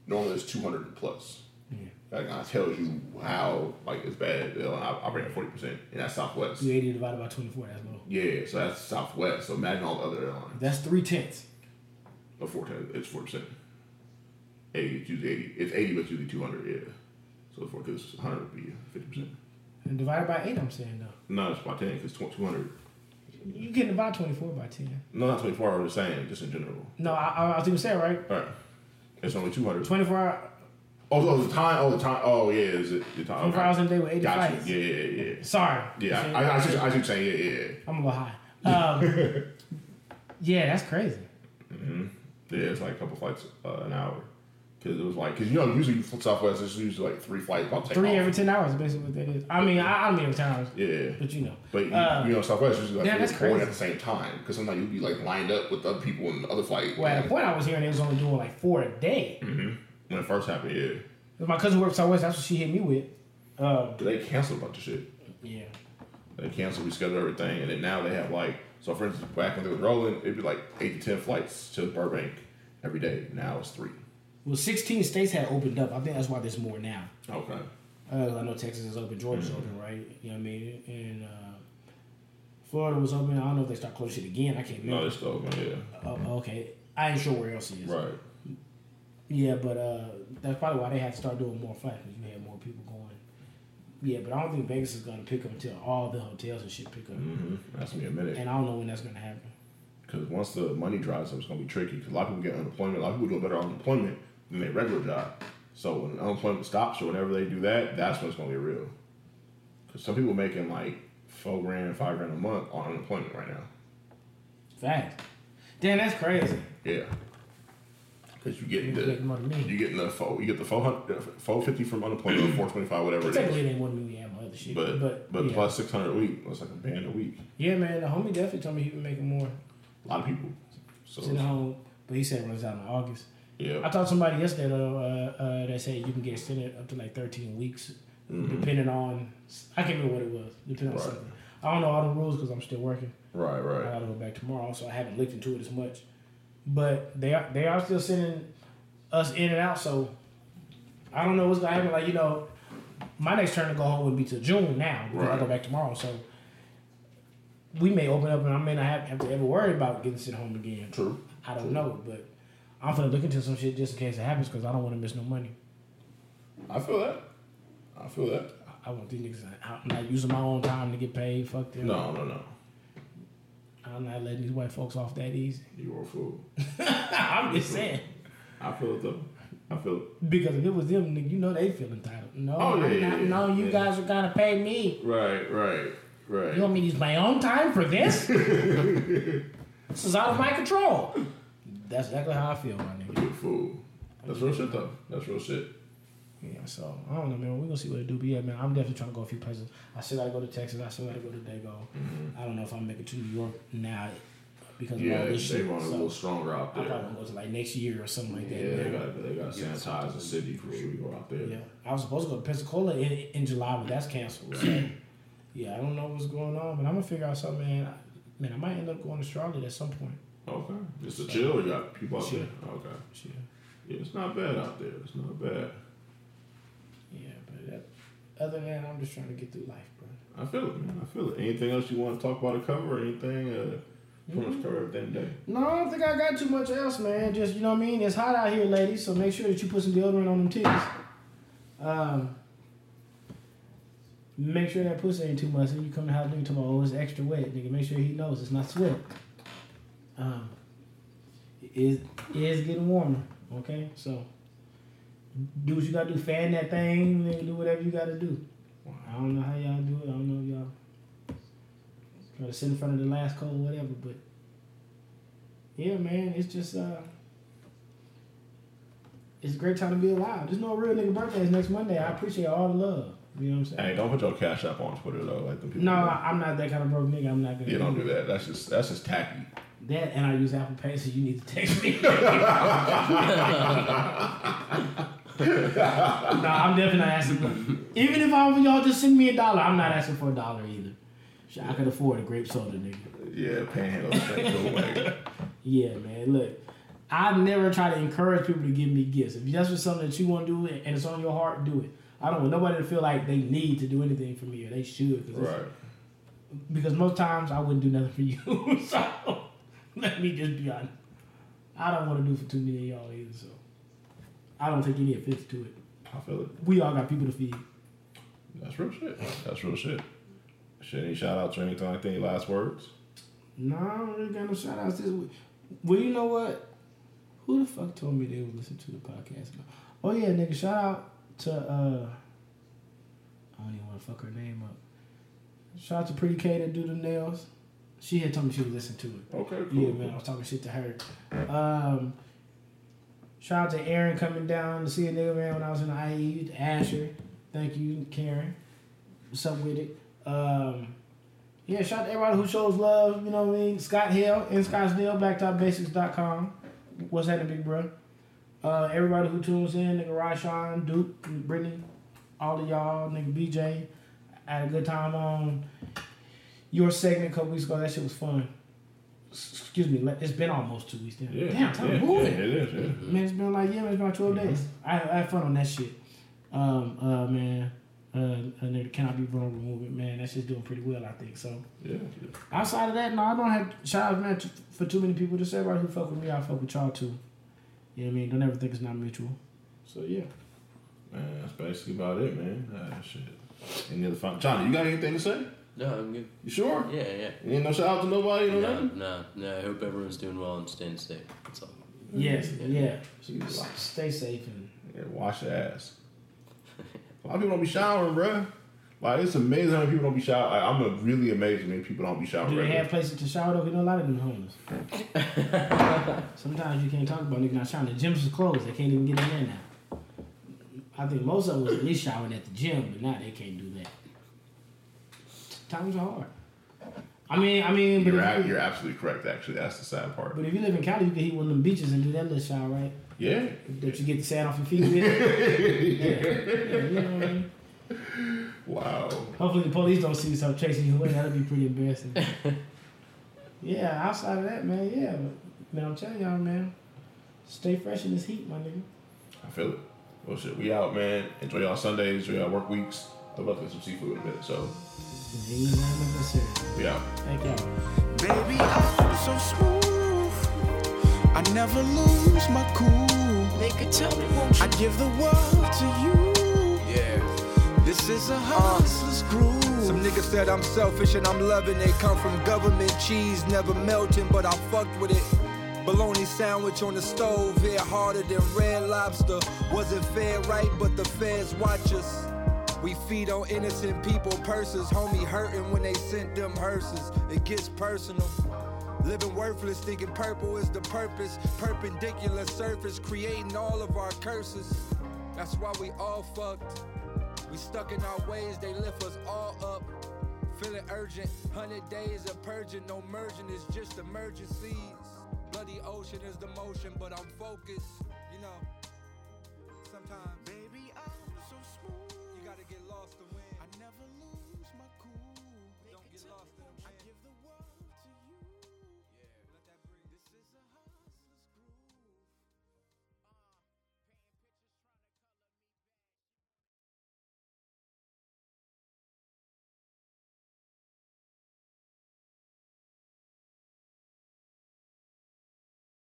S4: Normally, it's 200 plus.
S5: Yeah.
S4: That kind of tells you how like it's bad. You know, I operate at 40%, and that's Southwest.
S5: You 80 divided by 24. That's low.
S4: Yeah, so that's Southwest. So imagine all the other airlines.
S5: That's three tenths.
S4: Or four ten. It's four percent. Eighty. It's usually eighty. It's eighty, but it's usually two hundred. Yeah. So four because hundred would be fifty percent.
S5: And divided by eight, I'm saying though.
S4: No, it's by ten because two hundred.
S5: You can divide 24 by 10.
S4: No, not twenty four. I was saying just in general.
S5: No, I, I, I was even saying right.
S4: All right. It's only two hundred.
S5: 24 hour,
S4: Oh, so the time. Oh, the time. Oh, yeah. Is it the time?
S5: 24 hours in a day with 80
S4: Got you.
S5: flights.
S4: Yeah, yeah, yeah.
S5: Sorry.
S4: Yeah, I, I, I, see, I see what you're saying. Yeah, yeah,
S5: am gonna go high. Um, yeah, that's crazy.
S4: yeah. Yeah, It's like a couple flights uh, an hour because it was like because you know usually Southwest it's usually like three flights. About to take
S5: Three
S4: off.
S5: every 10 hours, is basically what that is. I mean, I, I don't mean every 10 hours,
S4: Yeah.
S5: but you know.
S4: But you,
S5: Uh,
S4: you know, Southwest is like
S5: yeah,
S4: you're
S5: that's
S4: going
S5: crazy.
S4: at the same time because sometimes you'll be like lined up with other people in the other flight.
S5: Well, at the point I was hearing, they was only doing like four a day.
S4: when it first happened, yeah,
S5: My cousin works out west, that's what she hit me with. Um,
S4: 'Cause they canceled a bunch of shit.
S5: yeah.
S4: They canceled, rescheduled everything, and then now they have like so. For instance, back when they were rolling, it'd be like eight to ten flights to Burbank every day. Now it's three.
S5: Well, 16 states had opened up. I think that's why there's more now.
S4: Okay.
S5: Uh, I know Texas is open, Georgia's
S4: Mm-hmm.
S5: open, right? You know what I mean? And uh, Florida was open. I don't know if they start closing shit again. I can't
S4: No,
S5: remember.
S4: it's still open.
S5: Oh, okay. I ain't sure where else it is.
S4: Yeah. Right.
S5: Yeah, but uh, that's probably why they had to start doing more flights because you had more people going. Yeah, but I don't think Vegas is gonna pick up until all the hotels and shit pick up,
S4: Mm-hmm. That's me a minute
S5: and I don't know when that's gonna happen.
S4: because once the money dries up, it's gonna be tricky. Because a lot of people get unemployment. A lot of people do better on unemployment than their regular job. So when unemployment stops or whenever they do that, that's when it's gonna be real. Because some people making like four grand, five grand a month on unemployment right now.
S5: Fact. Damn, that's crazy.
S4: Yeah. Because you get
S5: It's making
S4: the
S5: more than me.
S4: you get the four, you get the four fifty from unemployment, four twenty five, whatever it
S5: Technically,
S4: is.
S5: it ain't more than me. We have my other shit,
S4: But but,
S5: yeah.
S4: plus six hundred a week, that's like a band a week.
S5: yeah, man, the homie definitely told me he was making more
S4: A lot of people. So
S5: sitting home, but he said it runs out in August. I
S4: yeah,
S5: talked to somebody yesterday though, uh, uh, that said you can get extended up to like 13 weeks, depending on I can't remember what it was, depending
S4: Mm-hmm. Right.
S5: on something. I don't know all the rules because I'm still working.
S4: right,
S5: I
S4: right.
S5: gotta go back tomorrow, so I haven't looked into it as much. But they are they are still sending us in and out, so I don't know what's gonna happen. Like you know, my next turn to go home would be to June now because I
S4: Right.
S5: go back tomorrow, so we may open up and I may not have, have to ever worry about getting sent home again.
S4: True.
S5: I don't know, but I'm gonna look into some shit just in case it happens because I don't want to miss no money.
S4: I feel that. I feel that.
S5: I- I want these niggas. I'm not using my own time to get paid. Fuck them.
S4: No, no, no.
S5: I'm not letting these white folks off that easy.
S4: You are a fool.
S5: I'm just saying.
S4: I feel it though. I feel it.
S5: Because if it was them, nigga, you know they feel entitled. No,
S4: Oh, yeah,
S5: I'm
S4: yeah,
S5: not,
S4: yeah,
S5: no, you
S4: yeah.
S5: guys are gonna pay me.
S4: Right, right, right.
S5: You want me to use my own time for this? this is out of my control. That's exactly how I feel, my nigga.
S4: You a fool. That's real shit though. That's real shit.
S5: Yeah, so I don't know, man. We're gonna see what it do. But yeah, man, I'm definitely trying to go a few places. I still gotta go to Texas. I still gotta go to Dago. I don't know if I'm making it to New York now because of
S4: Mm-hmm. Yeah,
S5: all
S4: they,
S5: this
S4: they
S5: shit.
S4: run a
S5: So,
S4: little stronger out
S5: I
S4: there.
S5: probably gonna go to like next year or something like that.
S4: yeah, they
S5: man.
S4: got they got to sanitize the city for sure. You go out there.
S5: Yeah, I was supposed to go to Pensacola in, in July, but that's canceled. So, yeah, I don't know what's going on, but I'm gonna figure out something, man. I, man, I might end up going to Charlotte at some point.
S4: Okay, just to chill. You got people out
S5: Chill.
S4: there. Okay,
S5: Shit.
S4: yeah, it's not bad out there. It's not bad.
S5: Yeah, but that, other than that, I'm just trying to get through life, bro.
S4: I feel it, man. I feel it. Anything else you want to talk about the cover or anything? Uh, pretty much cover everything today.
S5: No, I don't think I got too much else, man. Just you know what I mean. It's hot out here, ladies. So make sure that you put some deodorant on them titties. Um, make sure that pussy ain't too much. And you come to the house, nigga, talking about oh it's extra wet, nigga. Make sure he knows it's not sweat. Um, it is it is getting warmer. Okay, so do what you gotta do. Fan that thing, nigga. Do whatever you gotta do. I don't know how y'all do it. I don't know if y'all try to sit in front of the last cold, whatever, but. Yeah, man, it's just uh, it's a great time to be alive. There's no real nigga birthdays next Monday. I appreciate all the love. You know what I'm saying?
S4: Hey, don't put your cash app on Twitter though. Like the people.
S5: No, I- I'm not that kind of broke nigga. I'm not gonna.
S4: yeah, don't do that. That's just that's just tacky.
S5: That and I use Apple Pay, so you need to text me. no, I'm definitely not asking. For, even if I were y'all just send me a dollar, I'm not asking for a dollar either. Shit, I could afford a grape soda, nigga.
S4: Yeah, panhandle. thing, go away.
S5: Yeah, man. Look, I never try to encourage people to give me gifts. If that's just something that you want to do and it's on your heart, do it. I don't want nobody to feel like they need to do anything for me or they should. Cause it's-
S4: Right.
S5: Because most times I wouldn't do nothing for you. so let me just be honest. I don't want to do for too many of y'all either. So I don't take any offense to it.
S4: I feel it.
S5: We all got people to feed.
S4: That's real shit. That's real shit. Shit, any shout outs or anything like that? Any last words?
S5: No, I don't really got no shout outs this week. Well, you know what? Who the fuck told me they would listen to the podcast? Oh, yeah, nigga, shout out to, uh, I don't even want to fuck her name up. Shout out to Pretty K that do the nails. She had told me she would listen to it.
S4: Okay, cool.
S5: Yeah, man, I was talking shit to her. Um, shout out to Aaron coming down to see a nigga man when I was in the IE. Asher, thank you, Karen. What's up with it? Um, yeah, shout out to everybody who shows love. You know what I mean? Scott Hill in Scottsdale, blacktopbasics.com. What's happening, big bro? Uh, everybody who tunes in, nigga Rashawn, Duke, Brittany, all of y'all, nigga BJ. I had a good time on your segment a couple weeks ago. That shit was fun. S- Excuse me, like, it's been almost two weeks now.
S4: Yeah,
S5: Damn, time
S4: yeah,
S5: moving.
S4: yeah, it is. Yeah. Mm-hmm.
S5: Man, it's been like yeah, man, it's been like 12 days. I, I had fun on that shit. Um, uh, man, uh, uh, nigga, can I be vulnerable movement, man? That shit's doing pretty well, I think. So
S4: yeah,
S5: outside of that, no, I don't have shout out man t- for too many people. Just everybody who fuck with me, I fuck with y'all too. You know what I mean? Don't ever think it's not mutual. So yeah.
S4: Man, that's basically about it, man. Ah, shit. Any other fun? Johnny, you got anything to say?
S3: No, I'm good.
S4: You sure?
S3: Yeah, yeah.
S4: You ain't no shout out to nobody or
S3: No,
S4: nothing?
S3: no, no. I hope everyone's doing well and staying safe. That's all.
S5: Yes. Yeah.
S4: Jesus.
S5: Stay safe and
S4: Yeah, wash your ass. A lot of people don't be showering, bruh. Like, it's amazing how many people don't be showering. Like, I'm uh, really amazed how many people don't be showering.
S5: do they have
S4: regularly.
S5: places to shower though? You know a lot of them homeless. Sometimes you can't talk about nigga not showering. The gyms is closed. They can't even get in there now. I think most of us at least showering at the gym, but now they can't do that. Times are hard. I mean, I mean, but
S4: You're,
S5: if,
S4: ab-
S5: you,
S4: you're absolutely correct, actually. That's the sad part.
S5: but if you live in Cali, you can hit one of them beaches and do that little shower, right?
S4: Yeah.
S5: That you get the sand off your feet with. yeah. Yeah, you know what I mean?
S4: Wow.
S5: Hopefully the police don't see yourself chasing you away. That'll be pretty embarrassing. yeah, outside of that, man, yeah. but- Man, I'm telling y'all, man. Stay fresh in this heat, my nigga.
S4: I feel it. Well, shit, we out, man. Enjoy y'all Sundays, enjoy y'all work weeks. I'm about to get some seafood in a bit, so
S5: The English ain't necessary.
S4: we out.
S5: Thank y'all.
S6: Baby, I feel so smooth. I never lose my cool.
S7: Nigga, tell me won't you?
S6: I give the world to you. Yeah. This is a hustler's groove.
S8: Some niggas said I'm selfish and I'm loving it. Come from government cheese, never melting, but I fucked with it. Bologna sandwich on the stove, hit harder than red lobster. Wasn't fair, right? But the feds watch us. We feed on innocent people purses. Homie hurting when they sent them hearses. It gets personal. Living worthless, thinking purple is the purpose. Perpendicular surface, creating all of our curses. That's why we all fucked. We stuck in our ways, they lift us all up. Feeling urgent, hundred days of purging, no merging is just emergencies. Bloody ocean is the motion, but I'm focused.